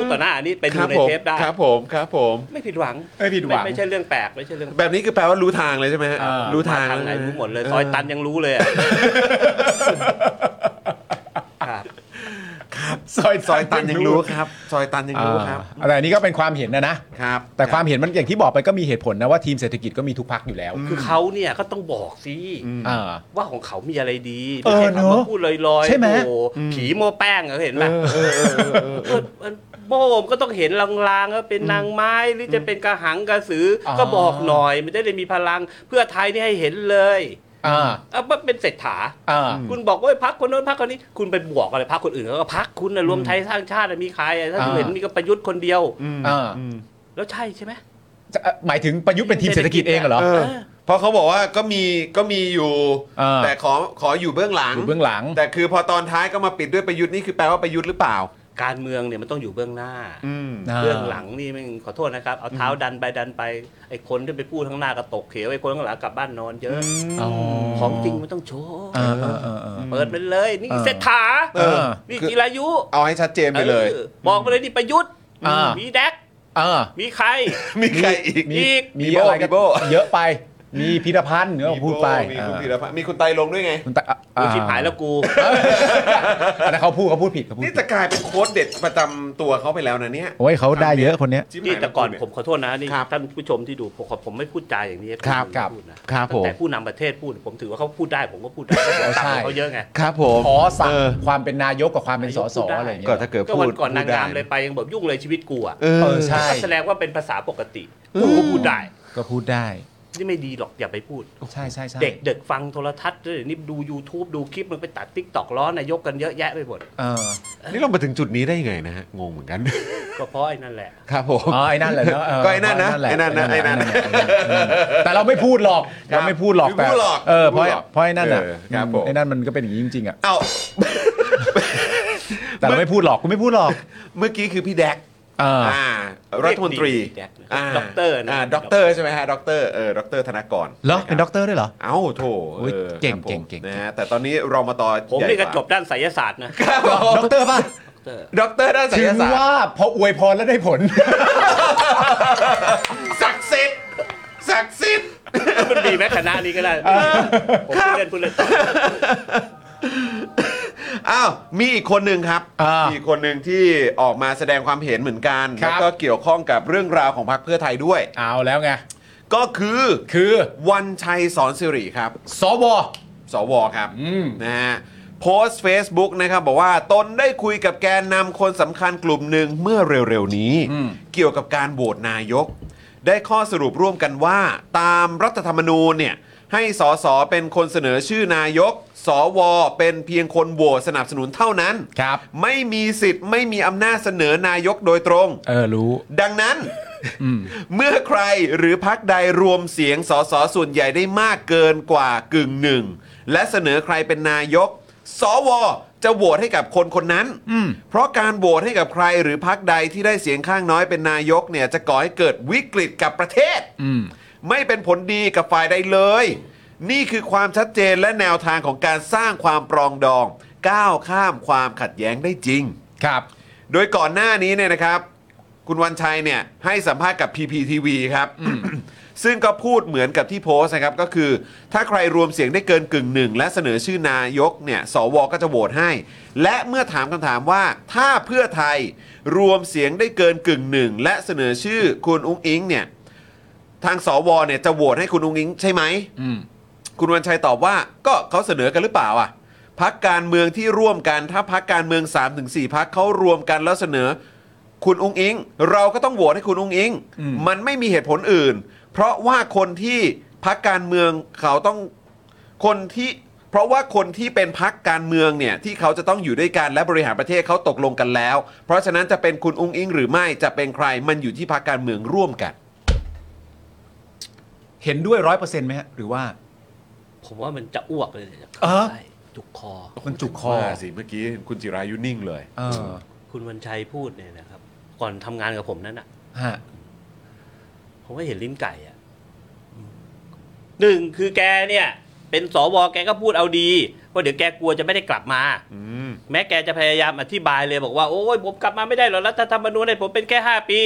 S3: พูดต่อหน้าอานิตไป
S1: ค
S3: ดู
S1: รับ
S3: ใน
S1: ผม
S3: เทปได้
S1: ครับผมครับผม
S3: ไม่ผิดหวัง
S2: ไม่ผิดหวัง
S3: ไม่ใช่เรื่องแปลกไม่ใช่เรื่องแปลก
S1: แบบนี้คือแปลว่ารู้ทางเลยใช่ไหมฮะ
S2: เออ
S1: รู้ทาง
S3: มทางไหน
S1: แว
S3: รู้หมดเลย
S1: ออ
S3: ซอยตันยังรู้เลยอะครับ
S2: ซอย
S1: ซอยตันยังรู้ครับ ซอยตันยังรู้ครับ
S2: อ่าแต่อันนี้ก็เป็นความเห็นนะนะ
S1: ครับ
S2: แต่ความเห็นมันอย่างที่บอกไปก็มีเหตุผลนะว่าทีมเศรษฐกิจก็มีทุกพักอยู่แล้ว
S3: คือเขาเนี่ยก็ต้องบอกสิ
S2: อ่า
S3: ว่าของเขามีอะไรดี
S2: เออ
S3: ไม่ใช่
S2: เนอะ
S3: คำว่าพูดลอยๆ
S2: ใช่ไหม
S3: โอ้โผีโมแป้งเหรอเห็นไหมเออมันโม่มนก็ต้องเห็นลางๆว่าเป็นนางไม้หรือจะเป็นกระหังกระสืออ
S2: อ
S3: ก็บอกหน่อย มันจะได้มีพลังเพื่อไทยนี่ให้เห็นเลย
S2: อ่า
S3: เอ่ะมันเป็นเศรษฐา
S2: อ่า
S3: คุณบอกว่าพักคนโน้นพักคนนี้ คุณไปบวกอะไรพักคนอื่นเขาก็พักคุณนะรวมไทยสร้างชาติน่ะมีใครอ่ะถ้าคุณ
S2: อ่า
S3: เห็นมีก็ประยุทธ์คนเดียว
S2: อ่า
S3: แล้วใช่ใช่ไหม
S2: จะเอ่อหมายถึงประยุทธ์เป็นทีมเศรษฐกิจเองเหรอ
S1: เออเพราะเขาบอกว่าก็มีก็มีอยู่
S2: เออ
S1: แต่ขอขออยู่เบื้องหลัง
S2: อยู่เบื้องหลัง
S1: แต่คือพอตอนท้ายก็มาปิดด้วยประยุทธ์นี่คือแปลว่าประยุทธ์หรือเปล่า
S3: การเมืองเนี่ยมันต้องอยู่เบื้องหน้า
S1: อืม
S2: อ่า
S3: เบื้องหลังนี่แม่งขอโทษนะครับ เอาเท้าดันไปดันไปไอ้คนที่ไปพูดข้างหน้าก็ตกเขียวไอ้คนข้างหลังกลับบ้านนอนเยอะ
S2: อ๋อ
S3: ของจริงมันต้องโชว์
S2: อ่าอ่าอ่าอ่า
S3: เปิดไปเลย นี่
S2: เออ
S3: เศรษฐา
S1: เออ
S3: นี่จิรายุ
S1: เอาให้ชัดเจนไปเลย
S3: ออบอกมาเลยนี่ประยุทธ์
S2: อ่ามี
S3: มีแดก
S2: อ่า
S3: มีใคร
S1: มีใครอีก
S3: มี
S2: มี
S1: มีโบ้
S2: อะไร
S1: มี
S2: ก็
S1: (laughs) โบ้
S2: เยอะไป มีพิธภัณฑ์เนื้อพูดไป
S1: มี
S2: อ่า
S1: คุณพีรพัฒน์มีคุณไตรลงด้วยไง
S2: คุณตา
S3: กูชิบหายแล้วกู
S2: อันนั้นเขาพูดเขาพูดผิดเขาพูด
S1: นี่
S2: ผิด
S1: จะกลายเป็นโค้ดเด็ดประจำตัวเขาไปแล้วนะเนี่ย
S2: โอ้ยเขาได้เยอะคนเนี้ย
S1: จิ้มหาย
S3: นี่แต่ก่อน
S1: ล้ว
S3: ผม
S1: เย
S3: ขอโทษนะนี่
S1: ครับ
S3: ท่านผู้ชมที่ดูผมขอผมไม่พูดจาอย่างนี้ให้
S1: ครับ
S3: น
S2: ครับ
S3: พูดนะครับ
S1: ผม
S3: แต่ผู้นำประเทศพูด ผมถือว่าเขาพูดได้ผมก็พูดได้เพราะผม
S2: ใช่
S3: ตามเขาเยอะไง
S1: ครับผม
S2: อ๋อสั่ง
S1: เออ
S2: ความเป็นนายกกับความเป็นสสอะไรอย่างเงี้
S1: ก็
S2: ย
S1: ถ้าเกิด
S3: ก็
S1: พู
S3: วั
S1: ด
S3: นก่อนนางงาม
S1: พูดได้
S3: เลยไปยังแบบยุ่งเลยชีวิตกูอ่ะ
S1: เอ
S2: เอ
S1: อ
S2: อใช่
S3: ก็แสดงว่าเป็นภาษาปกติกูก็พูดได้
S2: ก็พูดได้
S3: นี่ไม่ดีหรอกอย่าไปพูด
S2: ใช่ใช่ใช่
S3: เด็กเด็กฟังโทรทัศน์ด้วยนี่ดู YouTube ดูคลิปมันไปตัดติ๊กตอกล้อนายกกันเยอะแยะไปหมด
S2: เออ
S1: นี่เรามาถึงจุดนี้ได้ยังไงนะฮะ งงเหมือนกัน
S3: ก็เพราะไอ้นั่นแหละ
S1: ครับผม
S2: อ๋อไอ้นั่นแหละเนาะเ
S1: ก็ไอ้นั่นนะ
S2: แหล
S1: ไอ้นั่นนะไอ้นั่นนะ
S2: ไอ้นั่นนะไอ้นั่นนะแต่เราไม่พูดหรอก
S1: ครับ
S2: เราไม่พูดหรอก
S1: ไม่พูดหรอก
S2: แต่เออเพราะ
S1: ไม่พูดหรอก
S2: เพราะไอ้นั่นอ่ะ
S1: เออครับผม
S2: ไอ้นั่นมันก็เป็นอย่างนี้จริงๆอ่ะ
S1: เอ้า
S2: แต่เราไม่พูดหรอกกูไม่พูดหรอก
S1: เมื่อกี้คือพี่แดก
S2: เออ
S1: อ่ารัฐมนตรี
S3: เรียกดีๆนะด็อกเตอร์นะ
S1: าด็อกเตอร์ใช่ไหมฮะด็อกเตอร์เออด็อกเตอร์ธนกร
S2: เหรอเป็นะ
S1: คบ
S2: ด็
S1: อก
S2: เตอร์ด้วยเหรอ
S1: เอ้าโถ
S2: โอ้ย
S1: ออ
S2: เก่ง
S1: ครับผม
S2: เก่งเก่ง
S1: นะฮะแต่ตอนนี้รอมาต่อ
S3: ผม
S1: ใหญ่
S3: นี่ก็
S1: ว่า
S3: จบด้านไสยศาสตร์นะ
S1: ครับผม
S2: ด็อกเตอร์ป่ะ
S3: ด็อกเตอร์
S1: ด็อกเตอร์ด้านศัล
S2: ถึ
S1: ย
S2: ง
S1: ศาสตร์
S2: ว่าพออวยพรแล้วได้ผล
S1: ศักดิ์สิทธิ์ศักดิ์สิทธิ์
S3: มันดีไหมคณะนี้ก็ได้ผมพูดเล่นพูดเล่น
S1: อ้าวมีอีกคนหนึ่งครับ
S2: อ่ามี
S1: อีกคนหนึ่งที่ออกมาแสดงความเห็นเหมือนกัน
S2: ครั
S1: แล้ว (laughs)
S2: บ
S1: ก็เกี่ยวข้องกับเรื่องราวของพรรคเพื่อไทยด้วย
S2: เอาแล้วไง
S1: ก็คือ
S2: คือ
S1: วันชัยสอนสิริครับ
S2: สว
S1: สวครับ
S2: อืม
S1: นะฮะโพสต์ Facebook นะครับบอกว่าตนได้คุยกับแกนนำคนสำคัญกลุ่มหนึ่งเมื่อเร็วๆนี้ เกี่ยวกับการโหวตนายก ได้ข้อสรุปร่วมกันว่า ตามรัฐธรรมนูญเนี่ยให้สสเป็นคนเสนอชื่อนายก สว เป็นเพียงคนโหวตสนับสนุนเท่านั้น
S2: ครับ
S1: ไม่มีสิทธิ์ไม่มีอำนาจเสนอนายกโดยตรง
S2: เออรู้
S1: ดังนั้น เมื่อใครหรือพักใดรวมเสียงสสส่วนใหญ่ได้มากเกินกว่ากึ่งหนึ่ง และเสนอใครเป็นนายก สว จะโหวตให้กับคนคนนั้น เพราะการโหวตให้กับใครหรือพักใดที่ได้เสียงข้างน้อยเป็นนายกเนี่ยจะก่อให้เกิดวิกฤตกับประเทศ ไม่เป็นผลดีกับฝ่ายใดเลย นี่คือความชัดเจนและแนวทางของการสร้างความปรองดอง ก้าวข้ามความขัดแย้งได้จริง
S2: ครับ
S1: โดยก่อนหน้านี้เนี่ยนะครับ คุณวันชัยเนี่ยให้สัมภาษณ์กับ PPTV ครับ ซึ่งก็พูดเหมือนกับที่โพสต์นะครับ ก็คือ ถ้าใครรวมเสียงได้เกินกึ่งหนึ่ง และเสนอชื่อนายกเนี่ยสวก็จะโหวตให้ และเมื่อถามคำถามว่าถ้าเพื่อไทยรวมเสียงได้เกินกึ่งหนึ่ง และเสนอชื่อคุณอุ้งอิงเนี่ยทางสวเนี่ยจะโหวตให้คุณอุ้งอิงใช่ไหม
S2: อืม
S1: คุณวันชัยตอบว่าก็เขาเสนอกันหรือเปล่าอ่ะพักการเมืองที่ร่วมกันถ้าพักการเมือง 3-4พักเขารวมกันแล้วเสนอ คุณอุ้งอิง เราก็ต้องโหวตให้คุณอุ้งอิง
S2: อืม
S1: มันไม่มีเหตุผลอื่น เพราะว่าคนที่พักการเมืองเขาต้องคนที่ เพราะว่าคนที่เป็นพักการเมืองเนี่ยที่เขาจะต้องอยู่ด้วยกันและบริหารประเทศเขาตกลงกันแล้ว เพราะฉะนั้นจะเป็นคุณอุ้งอิง หรือไม่จะเป็นใครมันอยู่ที่พักการเมืองร่วมกัน
S2: เห็นด้วยร้อยเปอร์เซ็นต์ไหมฮะ หรือว่า
S3: ผมว่ามันจะอ้วกเลยจะ
S2: เออ
S3: ใช่จุกคอ
S2: มันจุกคอ
S1: ว่าสิเมื่อกี้คุณจิรายุนิ่งเลย
S2: เออ
S3: คุณวันชัยพูดเนี่ยนะครับ ก่อนทำงานกับผมนั้นอ่ะ
S2: ฮะ
S3: ผมก็เห็นลิ้นไก่อ่ะหนึ่งคือแกเนี่ย เป็นสวแกก็พูดเอาดีว่าเดี๋ยวแกกลัวจะไม่ได้กลับมา
S1: อืม
S3: แม้แกจะพยายามอธิบายเลยบอกว่า โอ้ยผมกลับมาไม่ได้หรอกรัฐธรรมนูญให้ผมเป็นแค่ห้าปี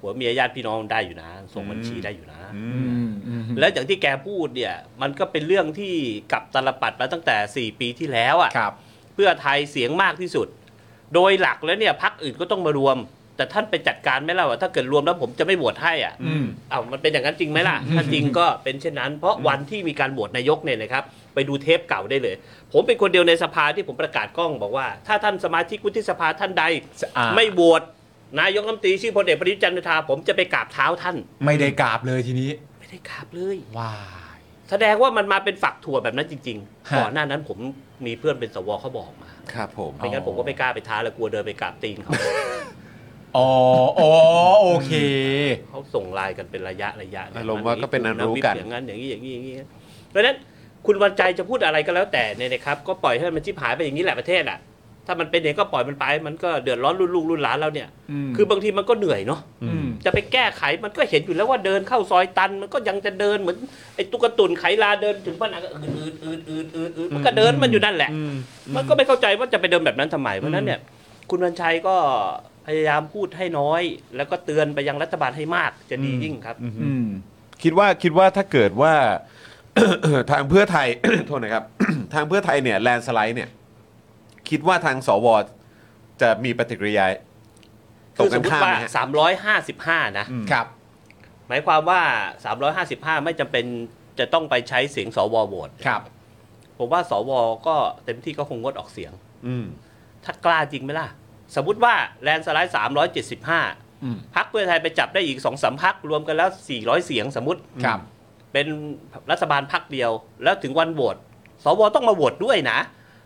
S3: หัวเมียญาติพี่น้องได้อยู่นะ ส่งบัญชีได้อยู่นะ
S1: อื
S2: อื
S1: ม
S2: มอืม
S3: แล้วอย่างที่แกพูดเนี่ย มันก็เป็นเรื่องที่กลับตลปัดมาตั้งแต่ 4 ปีที่แล้วอ่ะ
S2: ครับ
S3: เพื่อไทยเสียงมากที่สุด โดยหลักแล้วเนี่ยพักอื่นก็ต้องมารวม แต่ท่านไปจัดการไหมล่ะว่าถ้าเกิดรวมแล้วผมจะไม่โหวตให้อ่ะ
S2: อืม
S3: เอาวมันเป็นอย่างนั้นจริงไหมล่ะ ถ้าจริงก็เป็นเช่นนั้น เพราะวันที่มีการโหวตนายกเนี่ยนะครับ ไปดูเทปเก่าได้เลย ผมเป็นคนเดียวในสภาที่ผมประกาศกล้องบอกว่า ถ้าท่านสมาชิกวุฒิสภาท่านใด
S2: อ่า
S3: ไม่โหวตนายกรัฐมนตรีชื่อพลเอกประยุทธ์จันทร์โอชาผมจะไปกราบเท้าท่าน
S2: ไม่ได้กราบเลยทีนี้
S3: ไม่ได้กราบเลย
S2: ว้าย
S3: แสดงว่ามันมาเป็นฝักถั่วแบบนั้นจริง
S2: ฮะ
S3: ๆก่อนหน้านั้นผมมีเพื่อนเป็นสวเขาบอกมา
S1: ครับผม
S3: ไม่งั้นผมก็ไม่กล้าไปท้าแล้วกลัวเดินไปกราบตีนเขา
S2: อ๋ออ๋อโอเค
S3: เขาส่งไลน์กันเป็นระยะระยะเนี่ย
S1: อารมณ์ว่าก็เป็นอันรู้กัน
S3: มัมีอย่างนั้นอย่างนี้อย่างนี้อย่างนี้เพราะฉะนั้นคุณวันใจจะพูดอะไรก็แล้วแต่เนี่ยนะครับ ก็ปล่อยให้มันชิบหายไปอย่างนี้แหละประเทศอ่ะ ถ้ามันเป็นอย่างนี้ก็ปล่อยมันไป มันก็เดือดร้อนรุ่นลูกรุ่นหลานเราเนี่ย
S2: อืม
S3: คือบางทีมันก็เหนื่อยเนาะ
S2: อืม
S3: จะไปแก้ไขมันก็เห็นอยู่แล้วว่าเดินเข้าซอยตัน มันก็ยังจะเดินเหมือนไอ้ตุ๊กตุนไขลาเดินถึงผนังก็อืดอืดอืดอืดอืดมันก็เดินมันอยู่นั่นแหละ มันก็ไม่เข้าใจว่าจะไปเดินแบบนั้นทำไมเพราะฉะนั้นเนี่ย คุณวันชัยก็พยายามพูดให้น้อย แล้วก็เตือนไปยังรัฐบาลให้มากจะดียิ่งครับ
S2: อืม
S1: คิดว่าคิดว่าถ้าเกิดว่า (coughs) ทางเพื่อไทย (coughs) โทษนะครับ ทางเพื่อไทยเนี่ยแลนสไลด์เนี่ย คิดว่าทางสวจะมีปฏิกิริยาต
S3: คื
S1: ก
S3: อส
S1: กั
S3: ม
S1: น
S3: มติ
S1: ข้าม
S3: ว่า
S1: ไหมฮะ
S3: 355 นะ
S2: ครับ
S3: หมายความว่า 355 ไม่จำเป็นจะต้องไปใช้เสียงสวโหวต
S2: ครับ
S3: ผมว่าสวก็เต็มที่ก็คงงดออกเสียง
S1: อืม
S3: ถ้ากล้าจริงไหมล่ะ สมมติว่าแลนด์สไลด์375
S2: อืม
S3: พักเพื่อไทยไปจับได้อีกสองสามพักรวมกันแล้ว 400 เสียงสมมติ
S2: ครับ
S3: เป็นรัฐบาลพักเดียว แล้วถึงวันโหวตสวต้องมาโหวตด้วยนะ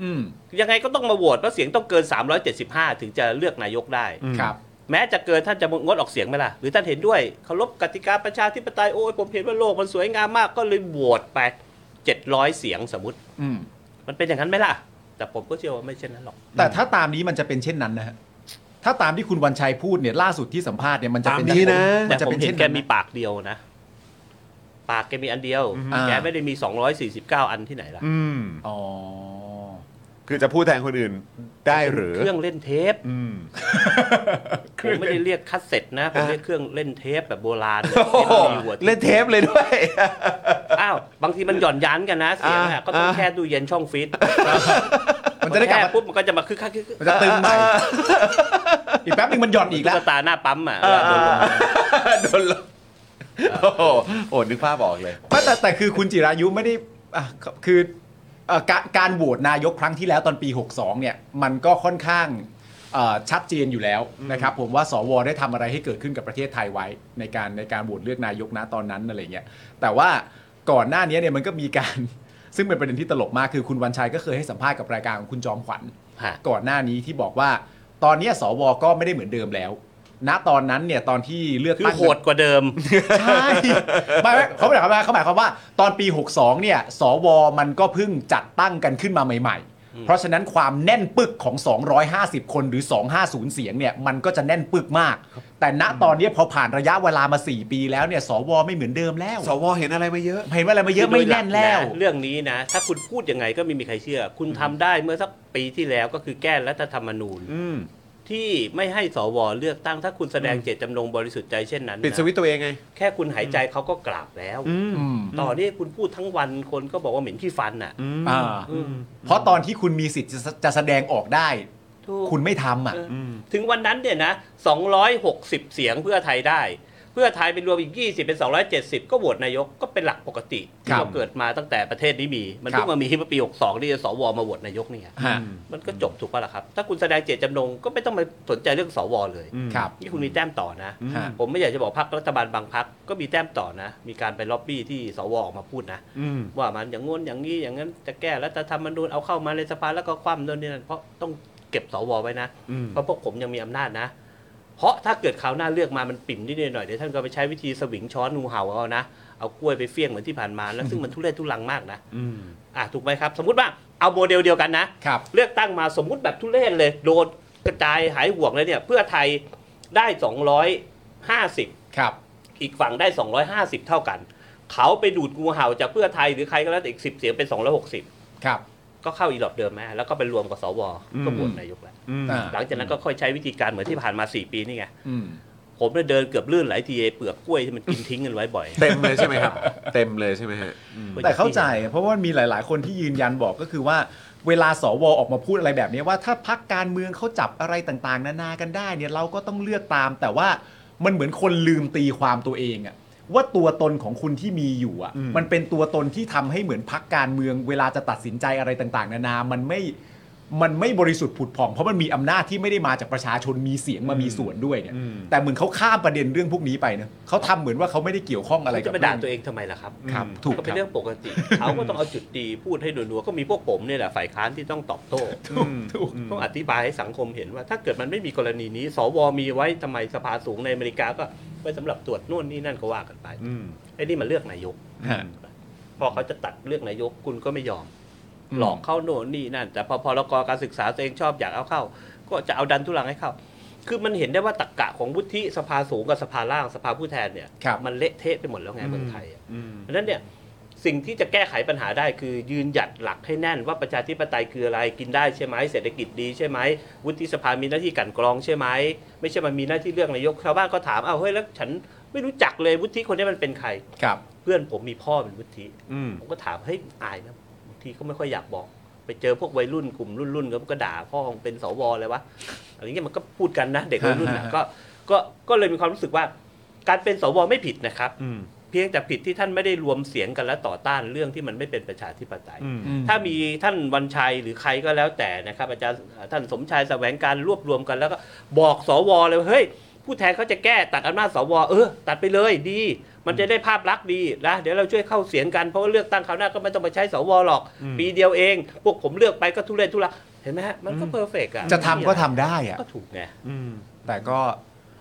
S2: อืม
S3: ยังไงก็ต้องมาโหวตเพราะเสียงต้องเกิน 375 ถึงจะเลือกนายกได้
S1: อืม
S2: ครับ
S3: แม้จะเกินท่านจะงดออกเสียงไหมล่ะ หรือท่านเห็นด้วยเคารพกติกาประชาธิปไตยโอ้ยผมเห็นว่าโลกมันสวยงามมากก็เลยโหวตไป700 เสียงสมมติ
S2: อืม
S3: มันเป็นอย่างนั้นไหมล่ะ แต่ผมก็เชื่อว่าไม่เช่นนั้นหรอก
S2: แต่ถ้าตามนี้มันจะเป็นเช่นนั้นนะฮะ ถ้าตามที่คุณวันชัยพูดเนี่ยล่าสุดที่สัมภาษณ์เนี่ยมันจะเป็น
S1: ตามนี้นะ
S2: มั
S3: แต่
S2: นจะ
S3: ผ
S2: เป็
S3: ม
S2: น
S3: เห็
S2: เช่
S3: น
S2: น
S3: แก
S2: นั้น
S3: มี
S2: นะ
S3: ปากเดียวนะ ปากแกมีอันเดียว
S2: อือฮึ
S3: แกไม่ได้มี 249 อันที่ไหนล่ะ
S1: อืม
S2: อ๋อ
S1: คือจะพูดแทนคนอื่นได้หรือ
S3: เครื่องเล่นเทป
S1: อืม
S3: ผมไม่ได้เรียกคัสเซ็ตนะผมเรียกเครื่องเล่นเทปแบบโบราณ
S1: โอ้โห
S3: มีหัว
S1: เล่นเทปเลยด้วย (laughs)
S3: อ้าวบางทีมันหย่อนยันกันนะ เสียงอะ
S1: อ่า
S3: ก็ต้องแค่ดูเย็นช่องฟิต
S2: มันจะได้กลับ
S3: แค่
S2: มา
S3: ปุ๊บมันก็จะมาคึกคักคึกคัก
S2: มันจะตึงใหม่อีกแป๊บนึงมันหย่อนอีกแล้
S3: ตุ๊
S2: ว
S3: กตาหน้าปั๊มอ่ะเวลาโดนลง
S1: โดนล โอ้โหโอ้นึกภาพออกเลย
S2: ไม่แต่แต่คือคุณจิรายุไม่ได้อ่ะคือเอ่อการการโหวตนายกครั้งที่แล้วตอนปี 62 เนี่ย มันก็ค่อนข้างเอ่อชัดเจนอยู่แล้วนะครับ ผมว่าสวได้ทำอะไรให้เกิดขึ้นกับประเทศไทยไว้ ในการในการโหวตเลือกนายกนะตอนนั้นอะไรเงี้ยแต่ว่าก่อนหน้านี้เนี่ยมันก็มีการ (laughs) ซึ่งเป็นประเด็นที่ตลกมากคือคุณวันชัยก็เคยให้สัมภาษณ์กับรายการของคุณจอมขวัญ
S3: ฮะ
S2: ก่อนหน้านี้ที่บอกว่า ตอนเนี้ยสวก็ไม่ได้เหมือนเดิมแล้ว ณตอนนั้นเนี่ยตอนที่เลือก
S3: คือ
S2: ตั้ง
S3: โหดกว่าเดิม
S2: ใช่ไม่ไม่เขาหมายความว่าเขาหมายความว่าตอนปี 62 เนี่ย สวมันก็เพิ่งจัดตั้งกันขึ้นมาใหม่ ๆ เพราะฉะนั้นความแน่นปึกของ 250 คนหรือ 250 เสียงเนี่ย มันก็จะแน่นปึกมาก แต่ณตอนนี้พอผ่านระยะเวลามา 4 ปีแล้วเนี่ย สวไม่เหมือนเดิมแล้ว
S1: สวเห็นอะไรมาเยอะ
S2: เห็นว่าอะไรมาเยอะไม่แน่นแล้ว
S3: คือโดยหกะเรื่องนี้นะ ถ้าคุณพูดยังไงก็ไม่มีใครเชื่อ คุณทำได้เมื่อสักปีที่แล้วก็คือแก้รัฐธรรมนูญ
S1: อืม
S3: ที่ไม่ให้สวเลือกตั้งถ้าคุณแสดงเจตจำนงบริสุทธิ์ใจเช่นนั้นนะ
S1: ปิดสวิตช์ตัวเองไง
S3: แค่คุณหายใจเขาก็กราบแล้ว
S1: อืม
S2: อืม
S3: ต่อนี้คุณพูดทั้งวันคนก็บอกว่าเหม็นขี้ฟันน่ะ
S1: อืม
S2: อ่า
S3: อืม
S2: เพราะตอนที่คุณมีสิทธิ์จะจะแสดงออกได้
S3: ถูก
S2: คุณไม่ทำอ่ะ
S1: อืม
S3: ถึงวันนั้นเนี่ยนะ 260 เสียงเพื่อไทยได้ เพื่อไทยเป็นรวมอีก 20 เป็น 270 ก็โหวตนายกก็เป็นหลักปกติ
S2: ครั
S3: ที่
S2: บ
S3: เราเกิดมาตั้งแต่ประเทศนี้มี มัน
S2: ครับ
S3: เพิ่งมามีเมื่อปี 62 ที่สวมาโหวตนายกเนี่ย
S2: ฮะ
S3: มันก็จบถูกปะล่ะครับ ถ้าคุณแสดงเจตจำนงก็ไม่ต้องมาสนใจเรื่องสวเลย
S1: อืม
S2: ครับ
S3: นี่คุณมีแต้มต่อนะ
S2: ฮะ
S3: ผมไม่อยากจะบอกพรรครัฐบาลบางพรรคก็มีแต้มต่อนะ มีการไปล็อบบี้ที่สวออกมาพูดนะ
S1: อืม
S3: ว่ามันอย่างง้นอย่างนี้อย่างนั้นจะแก้รัฐธรรมนูญเอาเข้ามาในสภาแล้วก็คว่ำโน่นนี่นั่นเพราะต้องเก็บสวไว้นะ
S1: อืม
S3: เพราะพวกผมยังมีอำนาจนะ เพราะถ้าเกิดคราวหน้าเลือกมามันปิ่มนิดหน่อยเดี๋ยวท่านก็ไปใช้วิธีสวิงช้อนงูเห่าเอานะ เอากล้วยไปเฟี้ยงเหมือนที่ผ่านมาแล้วซึ่งมันทุเรศทุลังมากนะ
S1: อืม
S3: อ่ะถูกไหมครับ สมมติว่าเอาโมเดลเดียวกันนะ
S2: ครับ
S3: เลือกตั้งมาสมมุติแบบทุเรศเลยโดนกระจายหายห่วงเลยเนี่ย เพื่อไทยได้ 250
S2: ครับ
S3: อีกฝั่งได้ 250 เท่ากัน เขาไปดูดงูเห่าจากเพื่อไทยหรือใครก็แล้วแต่อีก 10 เสียงเป็น 260
S2: ครับ
S3: ก็เข้าอีหลอดเดิมแม่แล้วก็ไปรวมกับสว
S1: อืม
S3: ก็โหวตนายกแล้ว
S1: อืม
S2: อ่า
S3: หลังจากนั้นก็ค่อยใช้วิธีการเหมือนที่ผ่านมา 4 ปีนี่ไง
S2: อืม
S3: ผมเนี่ยเดินเกือบลื่นหลายทีไอ้เปลือกกล้วยที่มันกินทิ้งกันไว้บ่อย
S1: เต็มเลยใช่ไหมครับ เต็มเลยใช่ไหมฮะ
S2: แต่เข้าใจเพราะว่ามีหลาย ๆ คนที่ยืนยันบอกก็คือว่า เวลาสวออกมาพูดอะไรแบบนี้ว่าถ้าพักการเมืองเขาจับอะไรต่าง ๆ นานากันได้เนี่ยเราก็ต้องเลือกตาม แต่ว่ามันเหมือนคนลืมตีความตัวเองอะว่าตัวตนของคุณที่มีอยู่อะ
S1: อืม
S2: มันเป็นตัวตนที่ทำให้เหมือนพักการเมือง เวลาจะตัดสินใจอะไรต่าง ๆ นานา มันไม่มันไม่บริสุทธิ์ผุดผ่องเพราะมันมีอำนาจที่ไม่ได้มาจากประชาชนมีเสียงมามีส่วนด้วยเนี่ย
S1: อืม
S2: แต่เหมือนเขาข้ามประเด็นเรื่องพวกนี้ไปนะเขาทำเหมือนว่าเขาไม่ได้เกี่ยวข้องอะไร
S3: จะ
S2: กับ
S3: ไปด่าตั
S2: เรื่อ
S3: ว
S2: ง
S3: เองทำไมล่ะครับ
S2: ครับถูก
S3: ก็
S2: ค
S3: เป็น
S2: รับ
S3: เรื่องปกติ เขาก็ต้องเอาจุดดีพูดให้นัวๆก็มีพวกผมเนี่ยแหละฝ่ายค้านที่ต้องตอบโต้
S1: อืม
S2: ถูก
S1: อืม
S3: ต้องอธิบายให้สังคมเห็นว่า ถ้าเกิดมันไม่มีกรณีนี้ สวมีไว้ทำไมสภาสูงในอเมริกาก็ไว้สำหรับตรวจนู่นนี่นั่นก็ว่ากันไป
S1: อืม
S3: ไอ้นี่มันเลือกนายก
S2: ฮะ
S3: พอเขาจะตัดเลือกนายกคุณก็ไม่ยอม
S2: อืม
S3: หลอกเข้าโน่นนี่นั่น แต่พอพรกการศึกษาตัวเองชอบอยากเอาเข้า ก็จะเอาดันทุลังให้เข้า คือมันเห็นได้ว่าตรกกะของวุฒิสภาสูงกับสภาล่างสภาผู้แทนเนี่ย
S2: ครับ
S3: มันเละเทะไปหมดแล้วไงเมืองไทยอะ
S1: อืม
S3: เพราะฉะนั้นเนี่ยสิ่งที่จะแก้ไขปัญหาได้คือยืนหยัดหลักให้แน่นว่าประชาธิปไตยคืออะไรกินได้ใช่ไหมเศรษฐกิจดีใช่ไหมวุฒิสภามีหน้าที่กลันกรองใช่ไหมไม่ใช่มันมีหน้าที่เลือกนายกชาวบ้านก็ถามเอาวเฮ้ยแล้วฉันไม่รู้จักเลยวุฒิคนนี้มันเป็นใคร
S2: ครับ
S3: เพื่อนผมมีพ่อเป็นวุฒิ
S1: อืม
S3: ผมก็ถามเฮ้ยอายนะบางทีเขาไม่ค่อยอยากบอก ไปเจอพวกวัยรุ่นกลุ่มรุ่นรุ่นๆก็ด่าพ่อมึงเป็นสวเลยวะอะไรเงี้ยมันก็พูดกันนะ เด็กวัยรุ่นนะก็ก็ก็เลยมีความรู้สึกว่า การเป็นสวไม่ผิดนะครับ
S1: อืม
S3: เพียงแต่ผิดที่ท่านไม่ได้รวมเสียงกันและต่อต้านเรื่องที่มันไม่เป็นประชาธิปไตย
S1: อืม
S2: ถ้า
S3: ถ้ามีท่านวันชัยหรือใครก็แล้วแต่นะครับ อาจารย์เอ่อท่านสมชายแสวงการรวบรวมกันแล้วก็บอกสวเลยว่าเฮ้ย ผู้แทนเขาจะแก้ตัดอำนาจสวเออ ตัดไปเลยดี มันจะได้ภาพลักษณ์ดีนะเดี๋ยวเราช่วยเข้าเสียงกันเพราะว่าเลือกตั้งคราวหน้าก็ไม่ต้องไปใช้สวหรอก
S1: อืม
S3: ปีเดียวเอง พวกผมเลือกไปก็ทุเรศทุลังเห็นไหมฮะมันก็เพอร์เฟกอะ
S2: จะทำก็ทำได้อะ
S3: ก็ถูกไง
S1: อืม
S2: แต่ก็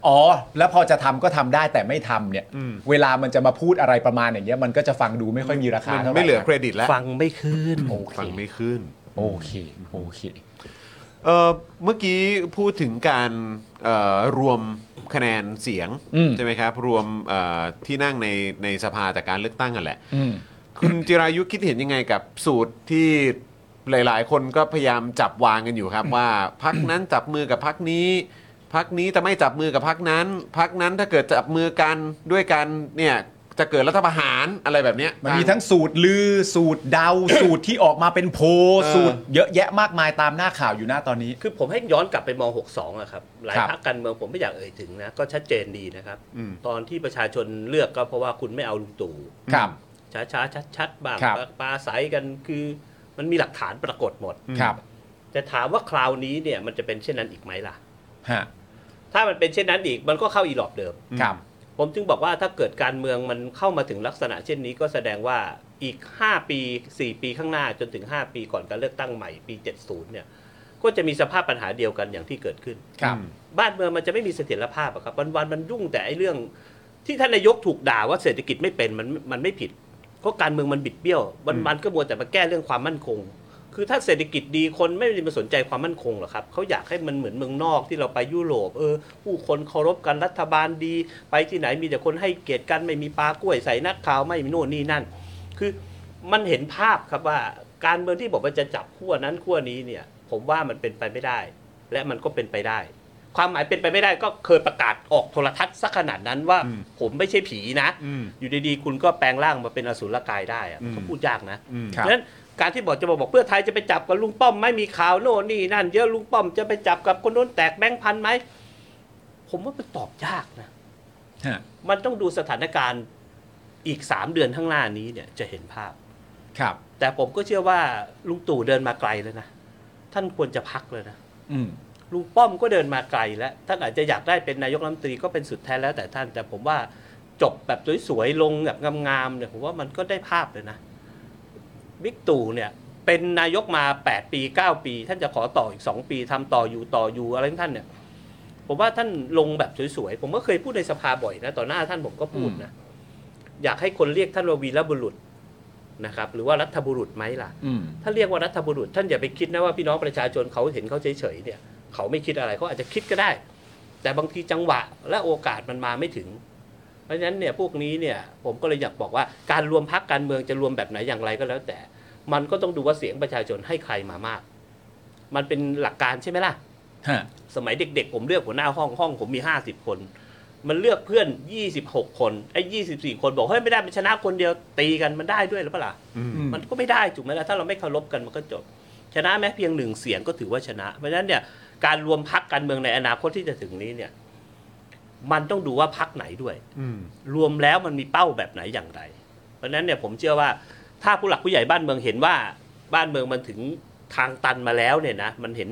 S2: อ๋อ แล้วพอจะทำก็ทำได้แต่ไม่ทำเนี่ย
S1: อืม
S2: เวลามันจะมาพูดอะไรประมาณอย่างเงี้ยมันก็จะฟังดูไม่ค่อยมีราคา
S1: มัน
S2: เท่าไหร่
S1: ไม่เหลือเครดิตแล้ว
S3: ฟังไม่ขึ้น
S2: โอเค
S1: ฟังไม่ขึ้น
S2: โอเคโอเค
S1: เอ่อเมื่อกี้พูดถึงการเอ่อรวมคะแนนเสียง
S2: อืม
S1: ใช่ไหมครับ รวมเอ่อที่นั่งในในสภาจากการเลือกตั้งกันแหละ
S2: อืม
S1: คุณจิรายุคิดเห็นยังไงกับสูตรที่หลาย ๆ คนก็พยายามจับวางกันอยู่ครับ ว่าพักนั้นจับมือกับพักนี้พักนี้จะไม่จับมือกับพักนั้นพักนั้นถ้าเกิดจับมือกันด้วยกันเนี่ย จะเกิดรัฐประหารอะไรแบบเนี้ย
S2: มันมีทั้งสูตรลือสูตรเดา สูตรที่ออกมาเป็นโพล
S1: เออ
S2: สูตรเยอะแยะมากมายตามหน้าข่าวอยู่หน้าตอนนี้
S3: คือผมให้ย้อนกลับไปมอง 62อะครับ หลาย
S2: ครับ
S3: พรรคการเมืองผมไม่อยากเอ่ยถึงนะ ก็ชัดเจนดีนะครับ
S1: อืม
S3: ตอนที่ประชาชนเลือกก็เพราะว่าคุณไม่เอาลุงตู่
S2: ครับ
S3: ช้าช้าชัดชัดๆบ้าง
S2: ครับ
S3: ปลาใสกันคือมันมีหลักฐานปรากฏหมด
S2: ครับ
S3: แต่ถามว่าคราวนี้เนี่ยมันจะเป็นเช่นนั้นอีกไหมล่ะ
S2: ฮะ
S3: ถ้ามันเป็นเช่นนั้นอีกมันก็เข้าอีหลอบเดิม
S2: ครับ
S3: ผมจึงบอกว่าถ้าเกิดการเมืองมันเข้ามาถึงลักษณะเช่นนี้ก็แสดงว่าอีก 5 ปี 4 ปีข้างหน้าจนถึง 5 ปีก่อนการเลือกตั้งใหม่ปี 70 เนี่ย ก็จะมีสภาพปัญหาเดียวกันอย่างที่เกิดขึ้น
S2: ครับ
S3: บ้านเมืองมันจะไม่มีเสถียรภาพอะครับวันๆมันยุ่งแต่ไอ้เรื่อง ที่ท่านนายกถูกด่าว่าเศรษฐกิจไม่เป็นมันมันไม่ผิดเพราะการเมืองมันบิดเบี้ยววันๆก็มัวแต่มาแก้เรื่องความมั่นคง คือถ้าเศรษฐกิจดีคนไม่ได้มาสนใจความมั่นคงหรอกครับเขาอยากให้มันเหมือนเมืองนอกที่เราไปยุโรปเออผู้คนเคารพกันรัฐบาลดี ไปที่ไหนมีแต่คนให้เกียรติกันไม่มีปลากล้วยใส่นักข่าวไม่มีโน่นนี่นั่น คือมันเห็นภาพครับว่าการเมืองที่บอกว่าจะจับขั้วนั้นขั้วนี้เนี่ย ผมว่ามันเป็นไปไม่ได้ และมันก็เป็นไปได้ ความหมายเป็นไปไม่ได้ก็เคยประกาศออกโทรทัศน์สักขนาดนั้นว่า
S1: อืม
S3: ผมไม่ใช่ผีนะ
S1: อืม
S3: อยู่ดีๆ คุณก็แปลงร่างมาเป็นอสุรกายได้อะ
S1: อืม
S3: ก็พูดยากนะ
S1: อืม
S2: ครับ
S3: เพราะฉะนั้นการที่บอกจะมาบอกเพื่อไทยจะไปจับกับลุงป้อมไหม่มีข่าวโน่นนี่นั่นเยอะลุงป้อมจะไปจับกับคนโน้นแตกแบงค์พันไหมผมว่ามันตอบยากนะ
S2: ฮะ
S3: มันต้องดูสถานการณ์อีกสามเดือนข้างหน้านี้เนี่ยจะเห็นภาพ
S2: ครับ
S3: แต่ผมก็เชื่อว่าลุงตู่เดินมาไกลแล้วนะ ท่านควรจะพักเลยนะ
S2: อืม
S3: ลุงป้อมก็เดินมาไกลแล้วท่านอาจจะอยากได้เป็นนายกรัฐมนตรีก็เป็นสุดแท้แล้วแต่ท่าน แต่ผมว่าจบแบบสวยๆลงแบบงามๆเนี่ยผมว่ามันก็ได้ภาพเลยนะบิ๊กตู่เนี่ย เป็นนายกมา 8 ปี 9 ปี ท่านจะขอต่ออีก 2 ปีทำต่ออยู่ต่ออยู่อะไรของท่านเนี่ย ผมว่าท่านลงแบบสวยๆผมก็เคยพูดในสภาบ่อยนะ ต่อหน้าท่านผมก็พูดนะ อยากให้คนเรียกท่านว่าวีรบุรุษนะครับ หรือว่ารัฐบุรุษไหมล่ะ
S2: อืม
S3: ถ้าเรียกว่ารัฐบุรุษท่านอย่าไปคิดนะว่าพี่น้องประชาชนเขาเห็นเขาเฉยๆเนี่ย เขาไม่คิดอะไรเขาอาจจะคิดก็ได้ แต่บางทีจังหวะและโอกาสมันมาไม่ถึง เพราะฉะนั้นเนี่ยพวกนี้เนี่ยผมก็เลยอยากบอกว่าการรวมพักการเมืองจะรวมแบบไหนอย่างไรก็แล้วแต่ มันก็ต้องดูว่าเสียงประชาชนให้ใครมามาก มันเป็นหลักการใช่ไหมล่ะ
S2: ฮะ
S3: สมัยเด็กๆ ผมเลือกหัวหน้าห้องห้องผมมี 50 คน มันเลือกเพื่อน 26 คนไอ้24 คนบอกเฮ้ยไม่ได้มันชนะคนเดียวตีกันมันได้ด้วยหรือเปล่าล่ะ
S2: อืม
S3: มันก็ไม่ได้ถูกไหมล่ะถ้าเราไม่เคารพกันมันก็จบ ชนะแม้เพียงหนึ่งเสียงก็ถือว่าชนะเพราะฉะนั้นเนี่ยการรวมพักการเมืองในอนาคตที่จะถึงนี้เนี่ย มันต้องดูว่าพักไหนด้วย รวมแล้วมันมีเป้าแบบไหนอย่างไร เพราะฉะนั้นเนี่ยผมเชื่อว่าถ้าผู้หลักผู้ใหญ่บ้านเมืองเห็นว่าบ้านเมืองมันถึงทางตันมาแล้วเนี่ยนะมันเห็น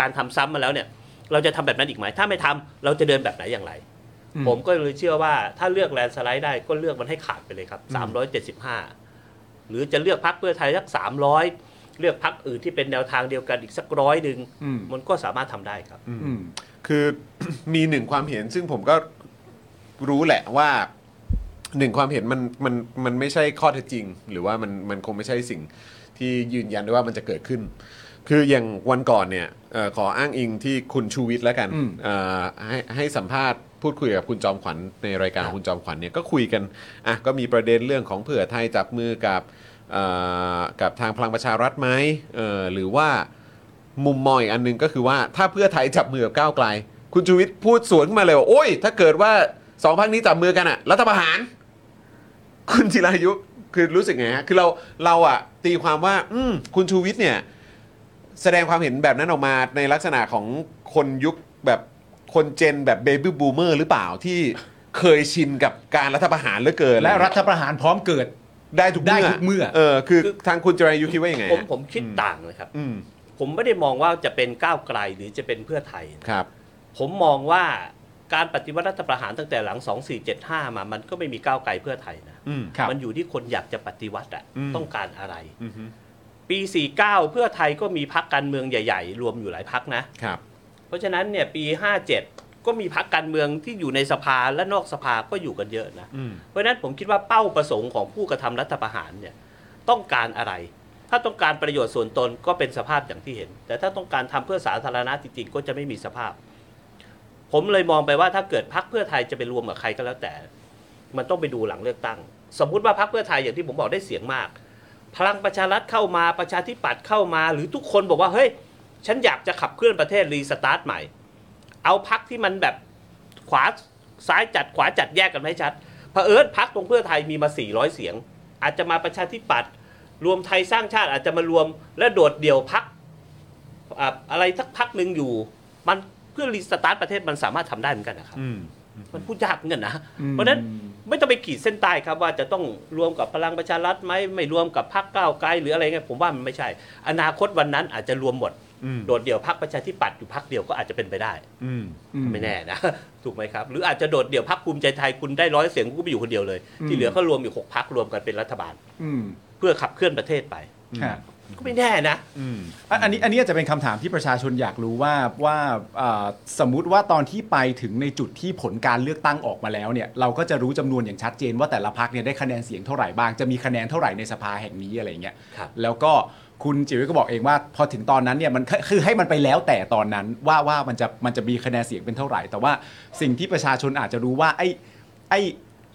S3: การทำซ้ำมาแล้วเนี่ย เราจะทำแบบนั้นอีกไหมถ้าไม่ทำเราจะเดินแบบไหนอย่างไร ผมก็เลยเชื่อว่าถ้าเลือกแลนด์สไลด์ได้ก็เลือกมันให้ขาดไปเลยครับ 375 หรือจะเลือกพักเพื่อไทยสัก 300 เลือกพักอื่นที่เป็นแนวทางเดียวกันอีกสักร้อยหนึ่ง
S2: อืม
S3: มันก็สามารถทำได้ครับ
S2: อืม
S1: คือ (coughs) มีหนึ่งความเห็นซึ่งผมก็รู้แหละว่าหนึ่งความเห็นมันมันมันไม่ใช่ข้อเท็จจริง หรือว่ามันมันคงไม่ใช่สิ่งที่ยืนยันได้ว่ามันจะเกิดขึ้น คืออย่างวันก่อนเนี่ยเออขออ้างอิงที่คุณชูวิทย์แล้วกัน
S2: อืม
S1: เอ่อให้ให้สัมภาษณ์พูดคุยกับคุณจอมขวัญในรายการของคุณจอมขวัญเนี่ยก็คุยกันอ่ะก็มีประเด็นเรื่องของเผื่อไทยจับมือกับเอ่อกับทางพลังประชารัฐไหมเออหรือว่า มุมมองอีกอันหนึงก็คือว่าถ้าเพื่อไทยจับมือกับก้าวไกล คุณชูวิทย์พูดสวนขึ้นมาเลยว่าโอ้ย ถ้าเกิดว่าสองพักนี้จับมือกันอะรัฐประหาร คุณจิรายุคือรู้สึกไงฮะคือเราเราอะตีความว่า อืมคุณชูวิทย์เนี่ย แสดงความเห็นแบบนั้นออกมาในลักษณะของคนยุคแบบคนเจนแบบเบบี้บูมเมอร์หรือเปล่าที่เคยชินกับการรัฐประหารเหลือเกิน
S2: และรัฐประหารพร้อมเกิด
S1: ได้ทุก
S2: ได้
S1: เมื่อ
S2: ทุกเมื่อ
S1: เออคือทางคุณจิรายุคิดว่ายังไง
S3: ผม
S1: ฮะ
S3: ผมคิดต่างเลยครับ
S1: อืม
S3: ผมไม่ได้มองว่าจะเป็นก้าวไกลหรือจะเป็นเพื่อไทย
S1: ครับ
S3: ผมมองว่าการปฏิวัติรัฐประหารตั้งแต่หลัง 2475 มา มันก็ไม่มีก้าวไกลเพื่อไทยนะ
S1: อืม
S2: ครับ
S3: มันอยู่ที่คนอยากจะปฏิวัติอะ
S1: อืม
S3: ต้องการอะไร
S1: อือฮึ
S3: ปี 49 เพื่อไทยก็มีพักการเมืองใหญ่ๆ รวมอยู่หลายพักนะ
S1: ครับ
S3: เพราะฉะนั้นเนี่ยปี 57 ก็มีพักการเมืองที่อยู่ในสภาและนอกสภาก็อยู่กันเยอะนะ
S1: อืม
S3: เพราะฉะนั้นผมคิดว่าเป้าประสงค์ของผู้กระทำรัฐประหารเนี่ยต้องการอะไร ถ้าต้องการประโยชน์ส่วนตนก็เป็นสภาพอย่างที่เห็น แต่ถ้าต้องการทำเพื่อสาธารณะจริงๆก็จะไม่มีสภาพ ผมเลยมองไปว่าถ้าเกิดพักเพื่อไทยจะไปรวมกับใครก็แล้วแต่ มันต้องไปดูหลังเลือกตั้ง สมมุติว่าพักเพื่อไทยอย่างที่ผมบอกได้เสียงมาก พลังประชารัฐเข้ามาประชาธิปัตย์เข้ามา หรือทุกคนบอกว่าเฮ้ยฉันอยากจะขับเคลื่อนประเทศรีสตาร์ทใหม่ เอาพักที่มันแบบขวาซ้ายจัดขวาจัดแยกกันให้ชัด เผอิญพักตรงเพื่อไทยมีมา 400 เสียง อาจจะมาประชาธิปัตย์รวมไทยสร้างชาติอาจจะมารวมและโดดเดี่ยวพักอะไรสักพักหนึ่งอยู่ มันเพื่อรีสตาร์ทประเทศมันสามารถทำได้เหมือนกันนะครับ
S1: อืม
S3: มันพูดยากเหมือนกันนะ เพราะฉะนั้นไม่ต้องไปขีดเส้นใต้ครับว่าจะต้องรวมกับพลังประชารัฐไหมไม่รวมกับพรรคก้าวไกลหรืออะไรเงี้ยผมว่ามันไม่ใช่ อนาคตวันนั้นอาจจะรวมหมด
S1: อืม
S3: โดดเดี่ยวพรรคประชาธิปัตย์อยู่พรรคเดียวก็อาจจะเป็นไปได้
S1: อืม
S3: ไม่แน่นะ ถูกไหมครับ หรืออาจจะโดดเดี่ยวพรรคภูมิใจไทยคุณได้ร้อยเสียงคุณก็ไปอยู่คนเดียวเลย ที่เหลือก็รวมอยู่หกพรรครวมกันเป็นรัฐบาล
S2: อืม
S3: เพื่อขับเคลื่อนประเทศไป
S2: ฮะ
S3: ก็ไม่แน่นะ
S1: อืม
S2: อันอันนี้อันนี้อาจจะเป็นคำถามที่ประชาชนอยากรู้ว่าว่าเอ่อสมมติว่าตอนที่ไปถึงในจุดที่ผลการเลือกตั้งออกมาแล้วเนี่ยเราก็จะรู้จำนวนอย่างชัดเจนว่าแต่ละพักเนี่ยได้คะแนนเสียงเท่าไหร่บ้างจะมีคะแนนเท่าไหร่ในสภาแห่งนี้อะไรเงี้ย
S3: ครับ
S2: แล้วก็คุณจิ๋วก็บอกเองว่าพอถึงตอนนั้นเนี่ยมันคือคือให้มันไปแล้วแต่ตอนนั้นว่าว่ามันจะมันจะมีคะแนนเสียงเป็นเท่าไหร่ แต่ว่าสิ่งที่ประชาชนอาจจะรู้ว่าไอ้ไอ้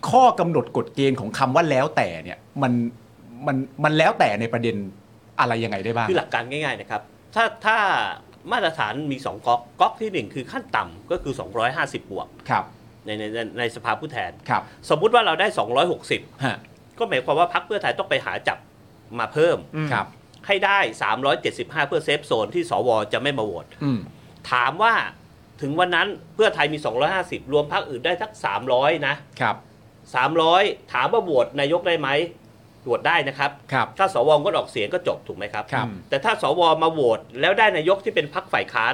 S2: ข้อกำหนดกฎเกณฑ์ของคำว่าแล้วแต่เนี่ยมันมันมันแล้วแต่ในประเด็นอะไรยังไงได้บ้าง
S3: คือหลักการง่ายๆนะครับ ถ้าถ้ามาตรฐานมีสองก๊อกก๊อกที่หนึ่งคือขั้นต่ำก็คือ 250 บวก
S2: ครับ
S3: ในในในในสภาผู้แทน
S2: ครับ
S3: สมมุติว่าเราได้
S2: ฮะ
S3: 260 ก็หมายความว่าพรรคเพื่อไทยต้องไปหาจับมาเพิ่ม
S2: ครับ
S3: ให้ได้ 375 เพื่อเซฟโซนที่สวจะไม่มาโหวต
S2: อืม
S3: ถามว่าถึงวันนั้นเพื่อไทยมี 250 รวมพรรคอื่นได้สัก 300 นะ
S2: ครับ
S3: 300 ถามว่าโหวตนายกได้ไหมโหวตได้นะครับ
S2: ครับ
S3: ถ้าสวงดออกเสียงก็จบถูกไหมครับ
S2: ครับ
S3: แต่ถ้าสวมาโหวตแล้วได้นายกที่เป็นพรรคฝ่ายค้าน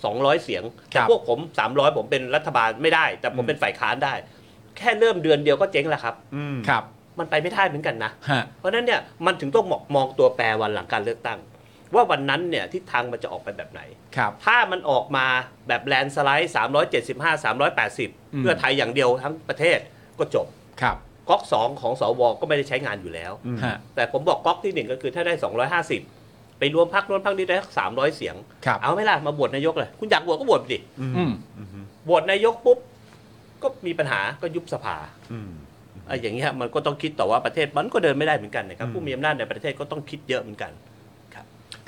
S3: 200 เสียง แต่
S2: ครับ
S3: พวกผม 300 ผมเป็นรัฐบาลไม่ได้ แต่ผม
S2: อืม
S3: เป็นฝ่ายค้านได้ แค่เริ่มเดือนเดียวก็เจ๊งแล้วครับ
S1: อืม
S2: ครับ
S3: มันไปไม่ได้เหมือนกันนะ
S2: ฮะ
S3: เพราะฉะนั้นเนี่ยมันถึงต้องมองมองตัวแปรวันหลังการเลือกตั้ง ว่าวันนั้นเนี่ยทิศทางมันจะออกไปแบบไหน
S2: ครับ
S3: ถ้ามันออกมาแบบแลนด์สไลด์ 375
S2: อื
S3: 380
S2: ม
S3: เพื่อไทยอย่างเดียวทั้งประเทศก็จบ
S2: ครับ
S3: ก๊อก 2 ของสวก็ไม่ได้ใช้งานอยู่แล้ว
S1: อืม
S2: ฮะ
S3: แต่ผมบอกก๊อกที่หนึ่งก็คือถ้าได้ 250 ไปรวมพักน้นพักนี้ได้สัก300 เสียง
S2: ครับ
S3: เอาไหมล่ะ มาบวชนายกเลย คุณอยากบวชก็บวชดิ
S2: อืม
S3: บวชนายกปุ๊บ ก็มีปัญหาก็ยุบสภา
S1: อืม
S3: ไอ้อย่างเงี้ยมันก็ต้องคิดต่อว่าประเทศมันก็เดินไม่ได้เหมือนกันนะครับ
S1: อืม
S3: ผู้มีอำนาจในประเทศก็ต้องคิดเยอะเหมือนกัน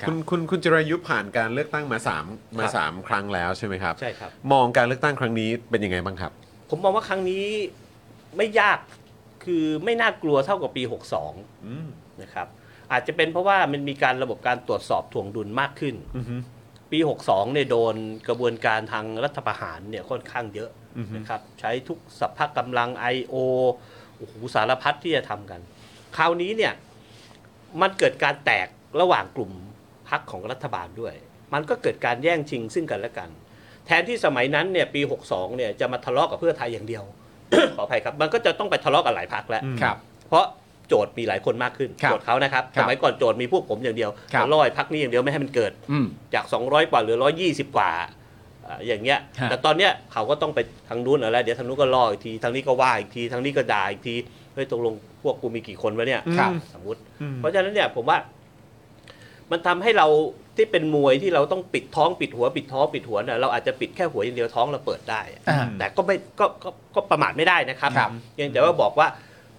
S2: ครับ
S1: คุณคุณคุณจรายุผ่านการเลือกตั้งมาสามมา
S3: ครับ
S1: สามครั้งแล้วใช่ไหมครับ
S3: ใช่ครับ
S1: มองการเลือกตั้งครั้งนี้เป็นยังไงบ้างครับ
S3: ผมมองว่าครั้งนี้ไม่ยากคือไม่น่ากลัวเท่ากับปี 62
S1: อืม
S3: นะครับ อาจจะเป็นเพราะว่ามันมีการระบบการตรวจสอบทวงดุลมากขึ้น
S1: อืม
S3: ปี 62 เนี่ยโดนกระบวนการทางรัฐประหารเนี่ยค่อนข้างเยอะ
S1: อือฮึ
S3: นะครับ ใช้ทุกสัพพะกำลัง I.O. โอ้โหสารพัดที่จะทำกัน คราวนี้เนี่ยมันเกิดการแตกระหว่างกลุ่มพักของรัฐบาลด้วย มันก็เกิดการแย่งชิงซึ่งกันและกัน แทนที่สมัยนั้นเนี่ยปี 62 เนี่ยจะมาทะเลาะกับเพื่อไทยอย่างเดียว (coughs) ขออภัยครับ มันก็จะต้องไปทะเลาะกับหลายพักแล้ว
S2: ครับ
S3: เพราะโจทย์มีหลายคนมากขึ้น
S2: ครับ
S3: โจทย์เขานะครับ
S2: ครั
S3: ส
S2: บ
S3: มัยก่อนโจทย์มีพวกผมอย่างเดียว
S2: ครับ
S3: แต่ล่อยพักนี้อย่างเดียวไม่ให้มันเกิด
S2: อืม
S3: จาก 200 กว่าเหรือ 120 กว่าเอ่ออย่างเงี้ย
S2: ฮะ
S3: แต่ตอนเนี้ยเขาก็ต้องไปทางนู้นเอาแล้วเดี๋ยวทางนู้นก็ล่ออีกที ทางนี้ก็ว่าอีกที ทางนี้ก็ด่าอีกที เฮ้ยตกลงพวกกูมีกี่คนวะเนี่ย
S2: ครับ
S3: สมมติ
S1: อืม
S3: เพราะฉะนั้นเนี่ยผมว่ามันทำให้เราที่เป็นมวยที่เราต้องปิดท้องปิดหัวปิดท้องปิดหัวเนี่ยเราอาจจะปิดแค่หัวอย่างเดียวท้องเราเปิดได้
S2: อ่า
S3: แต่ก็ไม่ก็ก็ก็ประมาทไม่ได้นะครับ
S2: ครับ
S3: เพียังแต่ว่าบอกว่า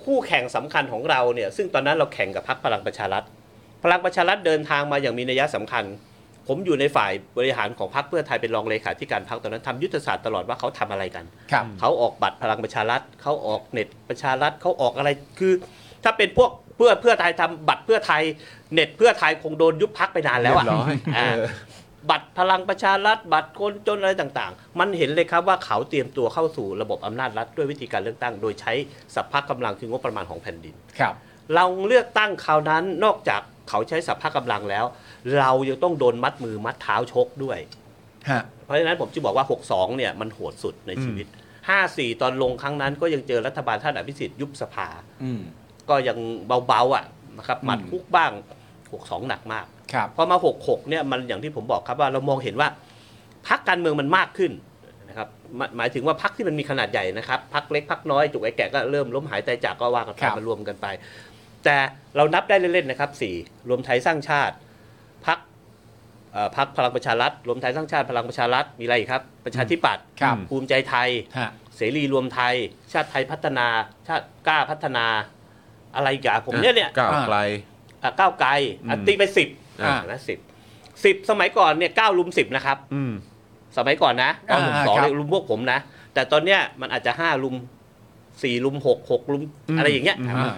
S3: คู่แข่งสำคัญของเราเนี่ย ซึ่งตอนนั้นเราแข่งกับพรรคพลังประชารัฐ พลังประชารัฐเดินทางมาอย่างมีนัยสำคัญ ผมอยู่ในฝ่ายบริหารของพรรคเพื่อไทยเป็นรองเลขาธิการพรรคตอนนั้นทำยุทธศาสตร์ตลอดว่าเขาทำอะไรกัน
S2: ครับ
S3: เขาออกบัตรพลังประชารัฐเขาออกเน็ตประชารัฐเขาออกอะไรคือ ถ้าเป็นพวกเพื่อเพื่อไทยทำบัตรเพื่อไทยเน็ตเพื่อไทยคงโดนยุบพักไปนานแล้วอ่ะ
S1: เรียบร้อย
S3: อ่า
S1: เออ
S3: บัตรพลังประชารัฐบัตรคนจนอะไรต่างๆ มันเห็นเลยครับว่าเขาเตรียมตัวเข้าสู่ระบบอำนาจรัฐด้วยวิธีการเลือกตั้ง โดยใช้สัพพะกำลังคืองบประมาณของแผ่นดิน
S2: ครับ
S3: เราเลือกตั้งคราวนั้นนอกจากเขาใช้สัพพะกำลังแล้ว เรายังต้องโดนมัดมือมัดเท้าชกด้วย
S2: ฮะ
S3: เพราะฉะนั้นผมจึงบอกว่า 62 เนี่ยมันโหดสุดในชีวิต 54 ตอนลงครั้งนั้นก็ยังเจอรัฐบาลท่านอภิสิทธิ์ยุบสภา
S2: อืม
S3: ก็ยังเบาๆอ่ะนะครับหมัด
S2: อืม
S3: คุกบ้าง 62 หนักมาก
S2: ครับ
S3: พอมา 66 เนี่ยมันอย่างที่ผมบอกครับว่าเรามองเห็นว่าพักการเมืองมันมากขึ้นนะครับหมายหมายถึงว่าพักที่มันมีขนาดใหญ่นะครับพักเล็กพักน้อยจุกไอ้แก่ก็เริ่มล้มหายใจจากก็ว่ากันไป
S2: ครับ
S3: มารวมกันไป แต่เรานับได้เล่นๆนะครับสี่รวมไทยสร้างชาติพักพักพลังประชารัฐ รวมไทยสร้างชาติพลังประชารัฐมีอะไรอีกครับ ประชาธิปัตย์
S2: ครับ
S3: ภูมิใจไทย
S2: ฮะ
S3: เสรีรวมไทย ชาติไทยพัฒนา ชาติกล้าพัฒนาอะไรอีกับผมเนี่ยเนี่ย
S1: ก้าวไกล
S3: อ่ะก้าวไกลอ่ะ
S1: อืม
S3: ตีไปสิบ
S2: อ่า
S3: นะสิบสิบสมัยก่อนเนี่ยเก้าลุมสิบนะครับ
S1: ืม
S3: สมัยก่อนนะเก้าลุมสอง
S2: อ่าครับ
S3: เนี่ยลุมพวกผมนะ แต่ตอนเนี้ยมันอาจจะห้าลุม สี่ลุมหกหกลุมอะไรอย่างเงี้ย
S2: อ่า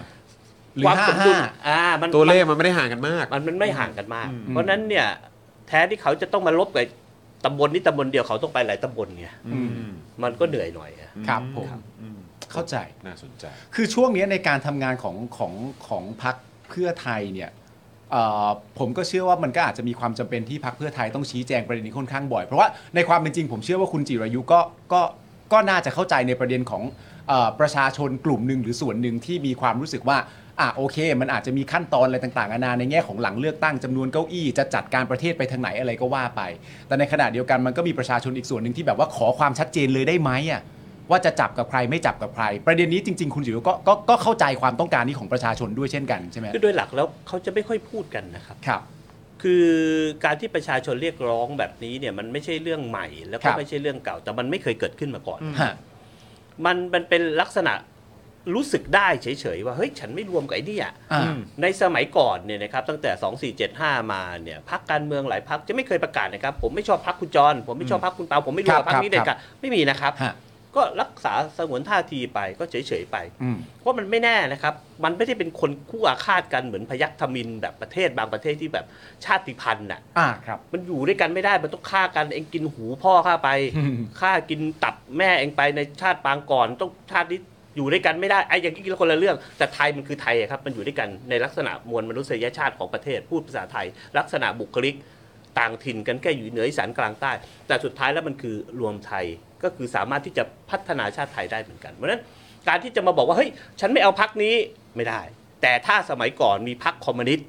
S2: หรือ
S3: ความ
S2: ห้า
S3: สมดุ
S2: ห้า
S3: ลอ่ามัน
S1: ตัวเลขมันไม่ได้ห่างกันมาก
S3: มันมันไม่ห่างกันมาก
S1: อืม
S3: เพราะฉะนั้นเนี่ยแท้ที่เขาจะต้องมาลบกับตำบลนี้ตำบลเดียวเขาต้องไปหลายตำบลไง
S1: อืม
S3: มันก็เหนื่อยหน่อยอะ
S2: ครับผม
S1: อืม
S2: เข้าใจ
S1: น่าสนใจ
S2: คือช่วงเนี้ยในการทำงานของของของพักเพื่อไทยเนี่ยเอ่อผมก็เชื่อว่ามันก็อาจจะมีความจำเป็นที่พักเพื่อไทยต้องชี้แจงประเด็นนี้ค่อนข้างบ่อย เพราะว่าในความเป็นจริงผมเชื่อว่าคุณจิรายุก็ก็ก็น่าจะเข้าใจในประเด็นของเออประชาชนกลุ่มหนึ่งหรือส่วนหนึ่งที่มีความรู้สึกว่าอ่ะโอเค มันอาจจะมีขั้นตอนอะไรต่างๆนานาในแง่ของหลังเลือกตั้งจำนวนเก้าอี้จะจัดการประเทศไปทางไหนอะไรก็ว่าไป แต่ในขณะเดียวกันมันก็มีประชาชนอีกส่วนหนึ่งที่แบบว่าขอความชัดเจนเลยได้ไหมอ่ะ ว่าจะจับกับใครไม่จับกับใคร ประเด็นนี้จริง ๆ คุณจิ๋วก็ก็ก็เข้าใจความต้องการนี้ของประชาชนด้วยเช่นกันใช่ไหม
S3: คือโดยหลักแล้วเขาจะไม่ค่อยพูดกันนะครับ
S2: ครับ
S3: คือการที่ประชาชนเรียกร้องแบบนี้เนี่ยมันไม่ใช่เรื่องใหม่ แล้ว
S2: ครั
S3: ก็
S2: บ
S3: ไม่ใช่เรื่องเก่า แต่มันไม่เคยเกิดขึ้นมาก่อน
S1: อืม
S2: ฮะ
S3: มันมันเป็นลักษณะรู้สึกได้เฉยๆว่าเฮ้ยฉันไม่รวมกับไอ้นี่อะ
S2: อ่า
S3: ในสมัยก่อนเนี่ยนะครับตั้งแต่ 2475 มาเนี่ยพักการเมืองหลายพักจะไม่เคยประกาศนะครับผมไม่ชอบพักคุณจร ผมไม่ชอบพักคุณเปาผมไม่รวมกับ
S2: ครับ
S3: พักนี้เด็ด
S2: ครั
S3: ขาด
S2: บ
S3: ไม่มีนะครับ
S2: ฮะ
S3: ก็รักษาสงวนท่าทีไปก็เฉยๆไป
S2: อืม
S3: เพราะมันไม่แน่นะครับ มันไม่ได้เป็นคนคู่อาฆาตกันเหมือนพยัคฆ์ธมินแบบประเทศบางประเทศที่แบบชาติพันธุ์น่ะ
S2: อ่าครับ
S3: มันอยู่ด้วยกันไม่ได้มันต้องฆ่ากันเองกินหูพ่อข้าไป
S2: อืม
S3: ฆ่ากินตับแม่เองไปในชาติปางก่อน ต้องชาตินี้อยู่ด้วยกันไม่ได้ไอ้อย่างนี้คนละเรื่อง แต่ไทยมันคือไทยอะครับมันอยู่ด้วยกันในลักษณะมวลมนุษยชาติของประเทศพูดภาษาไทย ลักษณะบุคลิกต่างถิ่นกันแค่อยู่เหนืออีสานกลางใต้ แต่สุดท้ายแล้วมันคือรวมไทยก็คือสามารถที่จะพัฒนาชาติไทยได้เหมือนกันเพราะฉะนั้น การที่จะมาบอกว่าเฮ้ยฉันไม่เอาพักนี้ไม่ได้ แต่ถ้าสมัยก่อนมีพักคอมมิวนิสต์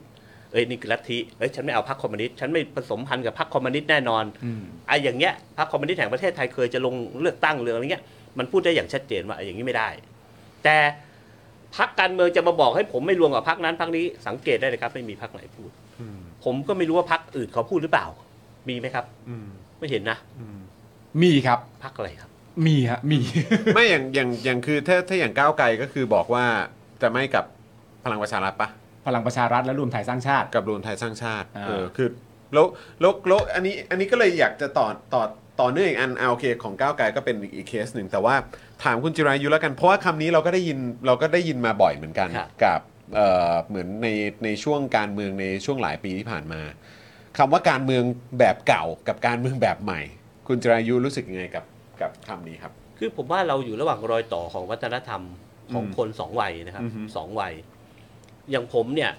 S3: เอ้ยนี่คือลัทธิเอ้ยฉันไม่เอาพักคอมมิวนิสต์ฉันไม่ผสมพันธ์กับพักคอมมิวนิสต์แน่นอน
S2: อืม
S3: ไอ้อย่างเงี้ยพักคอมมิวนิสต์แห่งประเทศไทยเคยจะลงเลือกตั้งเรื่องอะไรเงี้ยมันพูดได้อย่างชัดเจนว่าไอ้อย่างนี้ไม่ได้ แต่พักการเมืองจะมาบอกให้ผมไม่รวมกับพักนั้นพักนี้สังเกตได้เลยครับไม่มีพักไหนพูด
S1: อืม
S3: ผมก็ไม่รู้ว่าพักอื่นเขาพูดหรือเปล่า มีไหมครับ
S1: อืม
S3: ไม่เห็นนะ
S1: อืม
S2: มีครับ
S3: พักอะไรครับ
S2: มีฮะมี (laughs)
S1: ไม่อย่างอย่างอย่างคือถ้าถ้าอย่างก้าวไกลก็คือบอกว่าจะไม่กับพลังประชารัฐปะ
S2: พลังประชารัฐและรวมไทยสร้างชาติ
S1: กับรวมไทยสร้างชาติ
S2: อ่า
S1: เออคือแล้วแล้วแล้วอันนี้อันนี้ก็เลยอยากจะต่อต่อต่อเนื่องอีกอันเอาโอเคของก้าวไกลก็เป็นอีกเคสหนึ่งแต่ว่าถามคุณจิรายุแล้วกัน เพราะว่าคำนี้เราก็ได้ยินเราก็ได้ยินมาบ่อยเหมือนกัน
S3: ครับ
S1: กับเอ่อเหมือนในในช่วงการเมืองในช่วงหลายปีที่ผ่านมาคำว่าการเมืองแบบเก่ากับการเมืองแบบใหม่ คุณจิรายุรู้สึกยังไงกับกับคำนี้ครับ
S3: คือผมว่าเราอยู่ระหว่างรอยต่อของวัฒนธรรมของ
S1: อืม
S3: คนสองวัยนะครับ
S1: อือฮึ
S3: สองวัย อย่างผมเนี่ย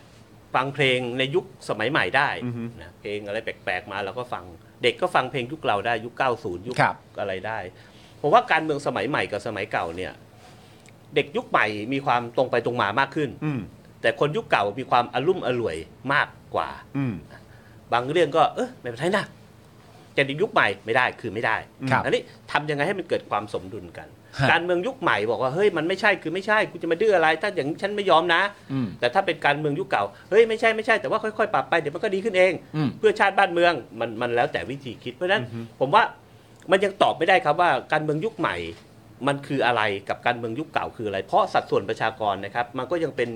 S3: ฟังเพลงในยุคสมัยใหม่ได้
S1: อือฮึ
S3: นะเพลงอะไรแปลกๆมาเราก็ฟังเด็กก็ฟังเพลงยุคเราได้ยุค 90 ยุค
S2: ครับ
S3: อะไรได้ผมว่าการเมืองสมัยใหม่กับสมัยเก่าเนี่ย เด็กยุคใหม่มีความตรงไปตรงมามากขึ้น
S1: อืม
S3: แต่คนยุคเก่ามีความอลุ่มอล่วยมากกว่า
S1: อืม
S3: บางเรื่องก็เออไม่เป็นไรนะแต่เด็กยุคใหม่ไม่ได้คือไม่ได้
S2: ครับ
S3: อันนี้ทำยังไงให้มันเกิดความสมดุลกัน
S2: ฮะ
S3: การเมืองยุคใหม่บอกว่าเฮ้ยมันไม่ใช่คือไม่ใช่กูจะมาดื้ออะไร ถ้าอย่างนี้ฉันไม่ยอมนะ
S2: อืม
S3: แต่ถ้าเป็นการเมืองยุคเก่าเฮ้ยไม่ใช่ไม่ใช่แต่ว่าค่อยๆปรับไปเดี๋ยวมันก็ดีขึ้นเอง
S2: อืม
S3: เพื่อชาติบ้านเมืองมันมันแล้วแต่วิธีคิดเพราะฉะนั้นผมว่ามันยังตอบไม่ได้ครับว่าการเมืองยุคใหม่ มันคืออะไรกับการเมืองยุคเก่าคืออะไร เพราะสัดส่วนประชากรนะครับมันก็ยังเป็น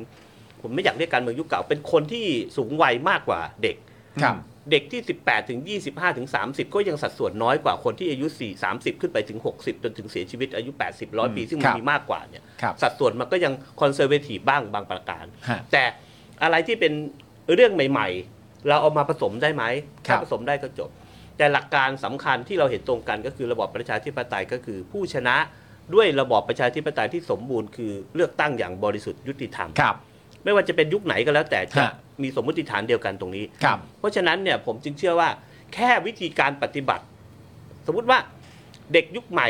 S3: ผมไม่อยากเรียกการเมืองยุคเก่า เป็นคนที่สูงวัยมากกว่าเด็ก
S2: ครับ
S3: เด็กที่ 18 ถึง 25 ถึง 30 ก็ยังสัดส่วนน้อยกว่าคนที่อายุ 4 30 ขึ้นไปถึง 60 จนถึงเสียชีวิตอายุ 80 100 ปี ซึ่งมั
S2: ครั
S3: น
S2: บ
S3: มีมากกว่าเนี่ย
S2: ครับ
S3: สัดส่วนมันก็ยังคอนเซอร์เวทีฟบ้างบางประการ
S2: ฮะ
S3: แต่อะไรที่เป็นเรื่องใหม่ ๆ เราเอามาผสมได้ไหม
S2: ครั
S3: ถ้า
S2: บ
S3: ผสมได้ก็จบ แต่หลักการสำคัญที่เราเห็นตรงกันก็คือระบอบประชาธิปไตยก็คือ ผู้ชนะด้วยระบอบประชาธิปไตยที่สมบูรณ์คือเลือกตั้งอย่างบริสุทธิ์ยุติธรรม
S2: ครับ
S3: ไม่ว่าจะเป็นยุคไหนก็แล้วแต่จะ
S2: ฮะ
S3: มีสมมติฐานเดียวกันตรงนี้
S2: ครับ
S3: เพราะฉะนั้นเนี่ยผมจึงเชื่อว่าแค่วิธีการปฏิบัติ สมมุติว่าเด็กยุคใหม่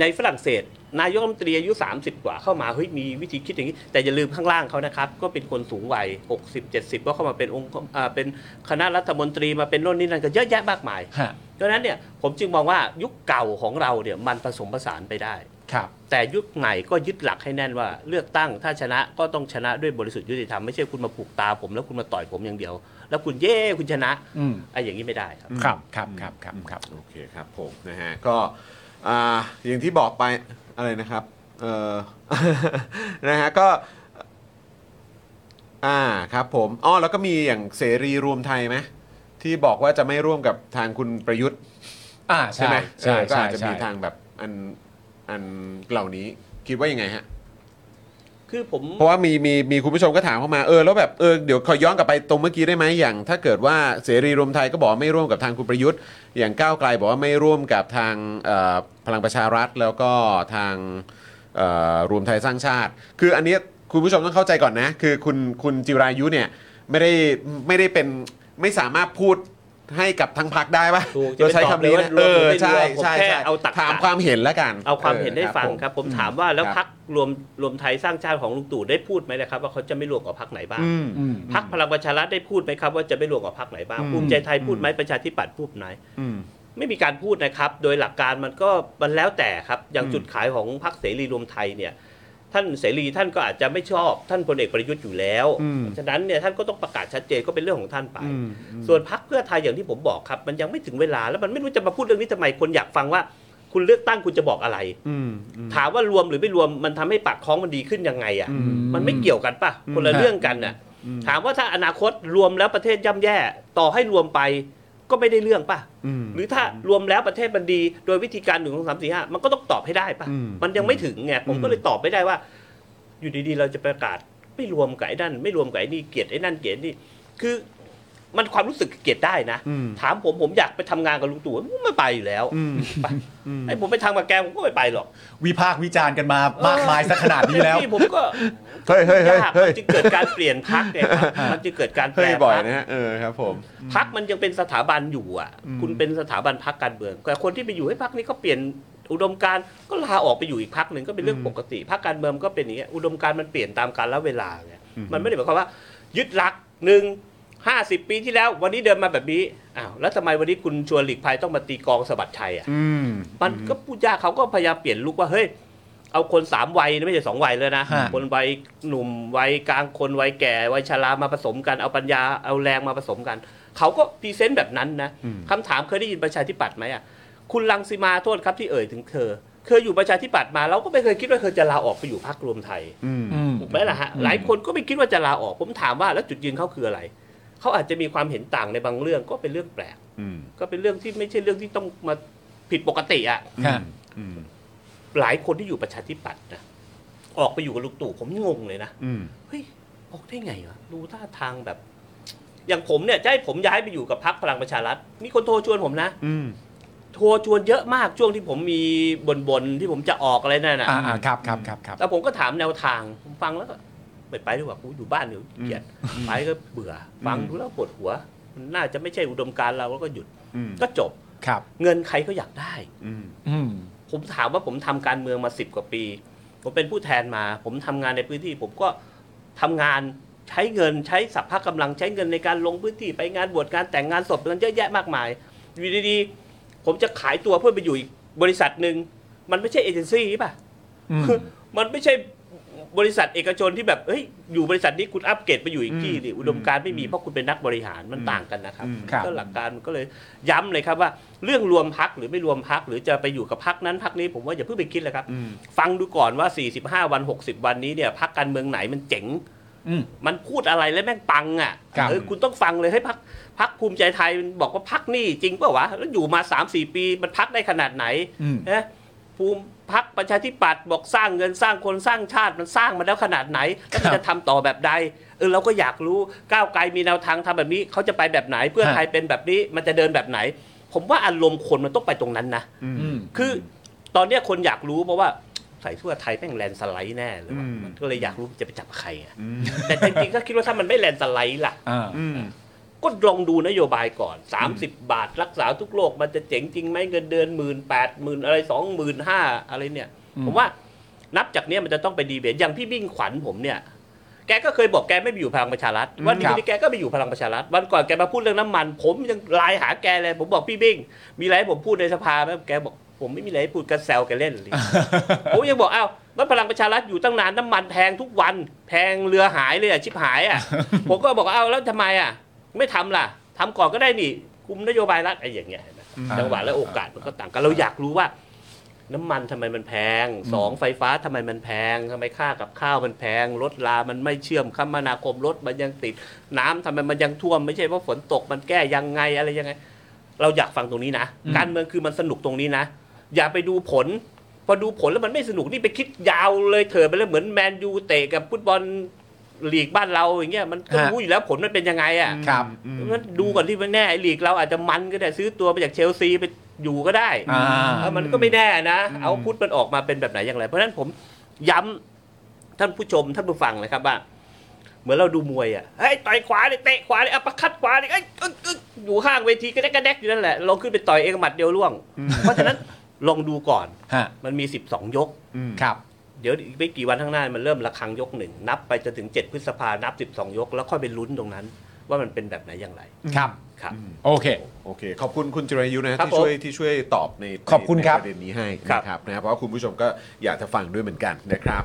S3: ในฝรั่งเศส นายกรัฐมนตรีอายุ 30 กว่าเข้ามาเฮ้ยมีวิธีคิดอย่างนี้ แต่อย่าลืมข้างล่างเขานะครับ ก็เป็นคนสูงวัย 60 70 ก็เข้ามาเป็นองค์อ่าเป็นคณะรัฐมนตรีมาเป็นโน่นนี่นั่นก็เยอะแยะมากมาย
S2: ฮะ
S3: ดังนั้นเนี่ยผมจึงมองว่ายุคเก่าของเราเนี่ยมันผสมผสานไปได้
S2: ครับ
S3: แต่ยุคใหม่ก็ยึดหลักให้แน่นว่า เลือกตั้งถ้าชนะก็ต้องชนะด้วยบริสุทธิ์ยุติธรรมไม่ใช่คุณมาผูกตาผม แล้วคุณมาต่อยผมอย่างเดียว แล้วคุณเย่คุณชนะ
S2: อืม
S3: ไอ้อย่างนี้ไม่ได้ครับ
S2: ครับ ครับ ครับ ครับ ครับ
S1: โอเคครับผมนะฮะก็อ่าอย่างที่บอกไปอะไรนะครับเออ (laughs) นะฮะก็อ่าครับผมอ๋อแล้วก็มีอย่างเสรีรวมไทยไหมที่บอกว่าจะไม่ร่วมกับทางคุณประยุทธ์
S2: อ่า
S1: ใช่
S2: ใช่
S1: ไหม
S2: ใช่
S1: เออก็
S2: ใช่
S1: อาจจะ
S2: ใช่
S1: มีทางแบบอันอันเหล่านี้ คิดว่ายังไงฮะ
S3: คือผม
S1: เพราะว่ามีมีมีคุณผู้ชมก็ถามเข้ามาเออแล้วแบบเออเดี๋ยวขอย้อนกลับไปตรงเมื่อกี้ได้ไหมอย่าง ถ้าเกิดว่าเสรีรวมไทยก็บอกว่าไม่ร่วมกับทางคุณประยุทธ์ อย่างก้าวไกลบอกว่าไม่ร่วมกับทางเอ่อพลังประชารัฐแล้วก็ทางเอ่อรวมไทยสร้างชาติ คืออันเนี้ยคุณผู้ชมต้องเข้าใจก่อนนะ คือคุณคุณจิรายุเนี่ยไม่ได้ไม่ได้เป็นไม่สามารถพูดให้กับทั้งพักได้ปะ
S3: ถูกจะ
S1: เราใช้คำนี้
S3: ไป
S1: นะ
S3: ตอบเลยว่า
S1: เออ
S3: รวมหรือไม่
S1: ใช่
S3: รวมผม
S1: ใช่
S3: แค่
S1: ใช่
S3: เอาตรรกะ
S1: ถามความเห็นแล้วกัน
S3: เอาความเห็นได้ฟัง
S1: ออ
S3: ครับ ผมถามว่าแล้ว
S1: ครับ
S3: พักรวมรวมไทยสร้างชาติของลุงตู่ได้พูดไหมนะครับ ว่าเขาจะไม่รวมกับพักไหนบ้าง
S1: อืม
S2: อืม
S3: พักพลังประชารัฐได้พูดไหมครับว่าจะไม่รวมกับพักไหนบ้าง
S1: อืม
S3: ภูมิใจไทยพูดไหมประชาธิปัตย์พูดไหม
S1: อืม
S3: ไม่มีการพูดนะครับ โดยหลักการมันก็มันแล้วแต่ครับ อย่าง
S1: อืม
S3: จุดขายของพักเสรีรวมไทยเนี่ย ท่านเสรีท่านก็อาจจะไม่ชอบ ท่านพลเอกประยุทธ์อยู่แล้วเพราะฉะนั้นเนี่ยท่านก็ต้องประกาศชัดเจนก็เป็นเรื่องของท่านไป ส่วนพักเพื่อไทยอย่างที่ผมบอกครับ มันยังไม่ถึงเวลาแล้วมันไม่รู้จะมาพูดเรื่องนี้ทำไมคนอยากฟังว่า คุณเลือกตั้งคุณจะบอกอะไร
S1: อืมอืม
S3: ถามว่ารวมหรือไม่รวมมันทำให้ปากท้องมันดีขึ้นยังไงอ่ะ
S1: อืม
S3: มันไม่เกี่ยวกันปะคนละ
S2: ฮะ
S3: เรื่องกันน่ะ ถามว่าถ้าอนาคตรวมแล้วประเทศย่ำแย่ต่อให้รวมไปก็ไม่ได้เรื่องปะ
S1: อืม
S3: หรือถ้ารวมแล้วประเทศมันดี โดยวิธีการหนึ่งของสามสี่ห้ามันก็ต้องตอบให้ได้ปะ
S1: อืม
S3: มันยังไม่ถึงไงผมก็
S1: อืม
S3: เลยตอบไม่ได้ว่า อยู่ดีๆ เราจะประกาศไม่รวมกับไอ้นั่น ไม่รวมกับไอ้นี่เกลียดไอ้นั่นเกลียดนี่คือ มันความรู้สึกเกลียดได้นะ
S1: อืม
S3: ถามผมผมอยากไปทำงานกับลุงตู่ผมไม่ไปอยู่แล้ว
S1: อืม
S3: ไปไอ้ผมไปทางมาแกผมก็ไม่ไปหรอก
S2: วิพากษ์วิจารณ์กันมามากมายสักขนาดนี้แล้ว
S3: พี่ผมก็
S1: เฮ้ยเฮ้ยเฮ้ย
S3: ยาก
S1: เฮ้ย
S3: มันจึงเกิดการเปลี่ยนพักเนี่ยครับมันจึงเกิดการแป
S1: เฮ้
S3: ล
S1: ย
S3: พั
S1: บ่อยนะฮะเออครับผม
S3: พักมันยังเป็นสถาบันอยู่อ่ะ คุณเป็นสถาบันพักการเมืองแต่คนที่ไปอยู่ให้พักนี้ก็เปลี่ยนอุดมการณ์ก็ลาออกไปอยู่อีกพักหนึ่งก็เป็นเรื่องปกติพักการเมืองก็เป็นอย่างเงี้ยอุดมการณ์มันเปลี่ยนตามกาลเวลาไงมันไม่ได้หมายความว่า ยึดหลักหนึ่งห้าสิบปีที่แล้ว วันนี้เดินมาแบบนี้อ้าวแล้วทำไมวันนี้คุณชวนหลีกภัยต้องมาตีกลองสะบัดชัยอ่ะ
S1: อืม
S3: มันก็พูดยากเขาก็พยายามเปลี่ยนลุกว่าเฮ้ยเอาคนสามวัยนะไม่ใช่สองวัยเลยนะ
S2: ฮะ
S3: คนวัยหนุ่มวัยกลางคนวัยแก่วัยชรามาผสมกันเอาปัญญาเอาแรงมาผสมกัน เขาก็พรีเซนต์แบบนั้นนะ
S1: อืม
S3: คำถามเคยได้ยินประชาธิปัตย์ไหมอ่ะคุณลังสิมาโทษครับที่เอ่ยถึงเธอ เคยอยู่ประชาธิปัตย์มาเราก็ไม่เคยคิดว่าเธอจะลาออกไปอยู่พรรครวมไทย
S1: อืม
S2: อืม
S3: ถูกไหมล่ะฮะหลายคนก็ไม่คิดว่าจะลาออกผมถามว่าแล้วจุดยืนเขาคืออะไร เขาอาจจะมีความเห็นต่างในบางเรื่องก็เป็นเรื่องแปลก
S1: อืม
S3: ก็เป็นเรื่องที่ไม่ใช่เรื่องที่ต้องมาผิดปกติอ่ะ
S2: ค่ะ
S1: อืม
S3: หลายคนที่อยู่ประชาธิปัตย์นะออกไปอยู่กับลุงตู่ผมงงเลยนะ
S1: อืม
S3: เฮ้ยออกได้ไงวะดูท่าทางแบบ อย่างผมเนี่ยจะให้ผมย้ายไปอยู่กับพรรคพลังประชารัฐมีคนโทรชวนผมนะ
S1: อืม
S3: โทรชวนเยอะมากช่วงที่ผมมีบนบนๆที่ผมจะออกอะไรนั่นน่ะ
S2: อ่าอ่าครับครับครับครับ
S3: แต่ผมก็ถามแนวทางผมฟังแล้วก็ไม่ไปดีกว่ากูอยู่บ้านเดี๋ยวเกลียดไปก็เบื่ออ
S1: ม
S3: ฟังดูแล้วปวดหัวมันน่าจะไม่ใช่อุดมการณ์เราแล้วก็หยุด
S1: อืม
S3: ก็จบ
S2: ครับ
S3: เงินใครก็อยากได้
S1: อืม
S2: อืม
S3: ผมถามว่าผมทำการเมืองมาสิบกว่าปี ผมเป็นผู้แทนมา ผมทำงานในพื้นที่ ผมก็ทำงานใช้เงินใช้สัพพะกำลังใช้เงินในการลงพื้นที่ไปงานบวชงานแต่งงานศพมันเยอะแยะมากมายอยู่ดีๆผมจะขายตัวเพื่อไปอยู่อีกบริษัทหนึ่งมันไม่ใช่เอเจนซี่ป่ะ
S2: อืม
S3: มันไม่ใช่บริษัทเอกชนที่แบบเฮ้ยอยู่บริษัทนี้คุณอัปเกรดไปอยู่อีกที่นี่
S1: อืม
S3: อุดมการณ์ไม่มีเพราะคุณเป็นนักบริหารมัน
S1: อืม
S3: ต่างกันนะครับ
S1: อืม
S2: ครับ
S3: ก็หลักการมันก็เลยย้ำเลยครับว่า เรื่องรวมพักหรือไม่รวมพักหรือจะไปอยู่กับพักนั้นพักนี้ผมว่าอย่าเพิ่งไปคิดเลยครับ
S1: อืม
S3: ฟังดูก่อนว่า 45 วัน 60 วันนี้เนี่ยพักการเมืองไหนมันเจ๋ง
S2: อืม
S3: มันพูดอะไรแล้วแม่งปังอ่ะ
S2: ครับ
S3: เออคุณต้องฟังเลยให้พักพักภูมิใจไทยมันบอกว่าพักนี่จริงเปล่าวะแล้วอยู่มา3-4 ปีมันพักได้ขนาดไหน
S2: อืม
S3: นะภูมิพักประชาธิปัตย์บอกสร้างเงินสร้างคนสร้างชาติมันสร้างมาแล้วขนาดไหน แล้ว
S2: ค
S3: มัน
S2: รับ
S3: จะทำต่อแบบใดเออเราก็อยากรู้ก้าวไกลมีแนวทางทำแบบนี้เขาจะไปแบบไหน เพื่อ
S2: ฮะ
S3: ไทยเป็นแบบนี้มันจะเดินแบบไหน ผมว่าอารมณ์คนมันต้องไปตรงนั้นนะ
S2: อืม
S3: คือตอนเนี้ยคนอยากรู้เพราะว่าใส่ทั่วไทยแม่งแลนด์สไลด์แน่เลยว่ะ
S1: อืม
S3: มันก็เลยอยากรู้จะไปจับใครอะ
S1: อืม
S3: แต่จริงๆถ้าคิดว่าถ้ามันไม่แลนด์สไลด์ล่ะ
S2: อ่า
S1: อืม
S3: ก็ลองดูนโยบายก่อน 30 บาทรักษาทุกโรคมันจะเจ๋งจริงไหมเงินเดือนหมื่นแปดหมื่นอะไรสองหมื่นห้าอะไรเนี่ย
S2: อืม
S3: ผมว่านับจากเนี้ยมันจะต้องไปดีเบตอย่างพี่บิ่งขวัญผมเนี่ย แกก็เคยบอกแกไม่ไปอยู่พลังประชารัฐวันนี้แกก็ไปอยู่พลังประชารัฐวันก่อนแกมาพูดเรื่องน้ำมัน ผมยังไลน์หาแกเลย ผมบอกพี่บิ่งมีอะไรให้ผมพูดในสภาไหมแกบอกผมไม่มีอะไรให้พูดกันแซวแกเล่นเลย ผมยังบอกอ้าวแล้วพลังประชารัฐอยู่ตั้งนานน้ำมันแพงทุกวันแพงเรือหายเลยอ่ะชิบหายอ่ะ ผมก็บอกว่าอ้าวแล้วทำไมอ่ะ ไม่ทำล่ะทำก่อนก็ได้นี่คุมนโยบายรัฐไอ้อย่างเงี้ยเห็นไหม
S1: อืม
S3: จังหวะและโอกาสมันก็ต่างกันเราอยากรู้ว่า น้ำมันทำไมมันแพงสองไฟฟ้าทำไมมันแพงทำไมค่ากับข้าวมันแพงรถลามันไม่เชื่อมคมนาคมรถมันยังติด น้ำทำไมมันยังท่วมไม่ใช่เพราะฝนตกมันแก้ยังไงอะไรยังไง เราอยากฟังตรงนี้นะ
S2: อืม
S3: การเมืองคือมันสนุกตรงนี้นะ อย่าไปดูผล ผ อดูผลแล้วมันไม่สนุกนี่ไปคิดยาวเลยเถิดไปแล้วเหมือนแมนยูเตะกับฟุตบอลลีกบ้านเราอย่างเงี้ยมันก็
S2: ฮะ
S3: รู้อยู่แล้วผลมันเป็นยังไงอ่ะ
S2: ครับ
S1: อืม
S3: งั้นดูก่อนที่มันแน่ไอ้ลีกเราอาจจะมันก็ได้ซื้อตัวไปจากเชลซีไปอยู่ก็ได้
S2: อ่า
S3: เออมันก็ไม่แน่นะ เอาพุทธมันออกมาเป็นแบบไหนอย่างไร เพราะฉะนั้นผมย้ำท่านผู้ชมท่านผู้ฟังเลยครับว่า เหมือนเราดูมวยอ่ะเฮ้ยต่อยขวาเลยเตะขวาเลยอัปเปอร์คัดขวาเลยเอ้ยเอ้ยเอ้ยอยู่ข้างเวทีกระแดกกระแดกอยู่นั่นแหละลองขึ้นไปต่อยเองหมัดเดียวล่วง เพราะฉะนั้นลองดูก่อน
S2: ฮะ
S3: มันมี 12 ยก
S1: อืม
S2: ครับ
S3: เดี๋ยวอีกไม่กี่วันข้างหน้ามันเริ่มระคังยกหนึ่งนับไปจนถึง7พฤษภานับ 12 ยก แล้วค่อยไปลุ้นตรงนั้น ว่ามันเป็นแบบไหนอย่างไร
S2: ครับ
S3: ครับ
S2: โอเค
S1: โอเค ขอบคุณคุณจิรายุนะฮะ
S3: ครับ
S1: ที่ช่วยที่ช่วยตอบใน
S2: ขอบคุณ
S1: ใน
S2: ครับ
S1: ประเด็นนี้ให้
S3: ครับ
S1: นะครับนะเพราะว่าคุณผู้ชมก็อยากจะฟังด้วยเหมือนกันนะครับ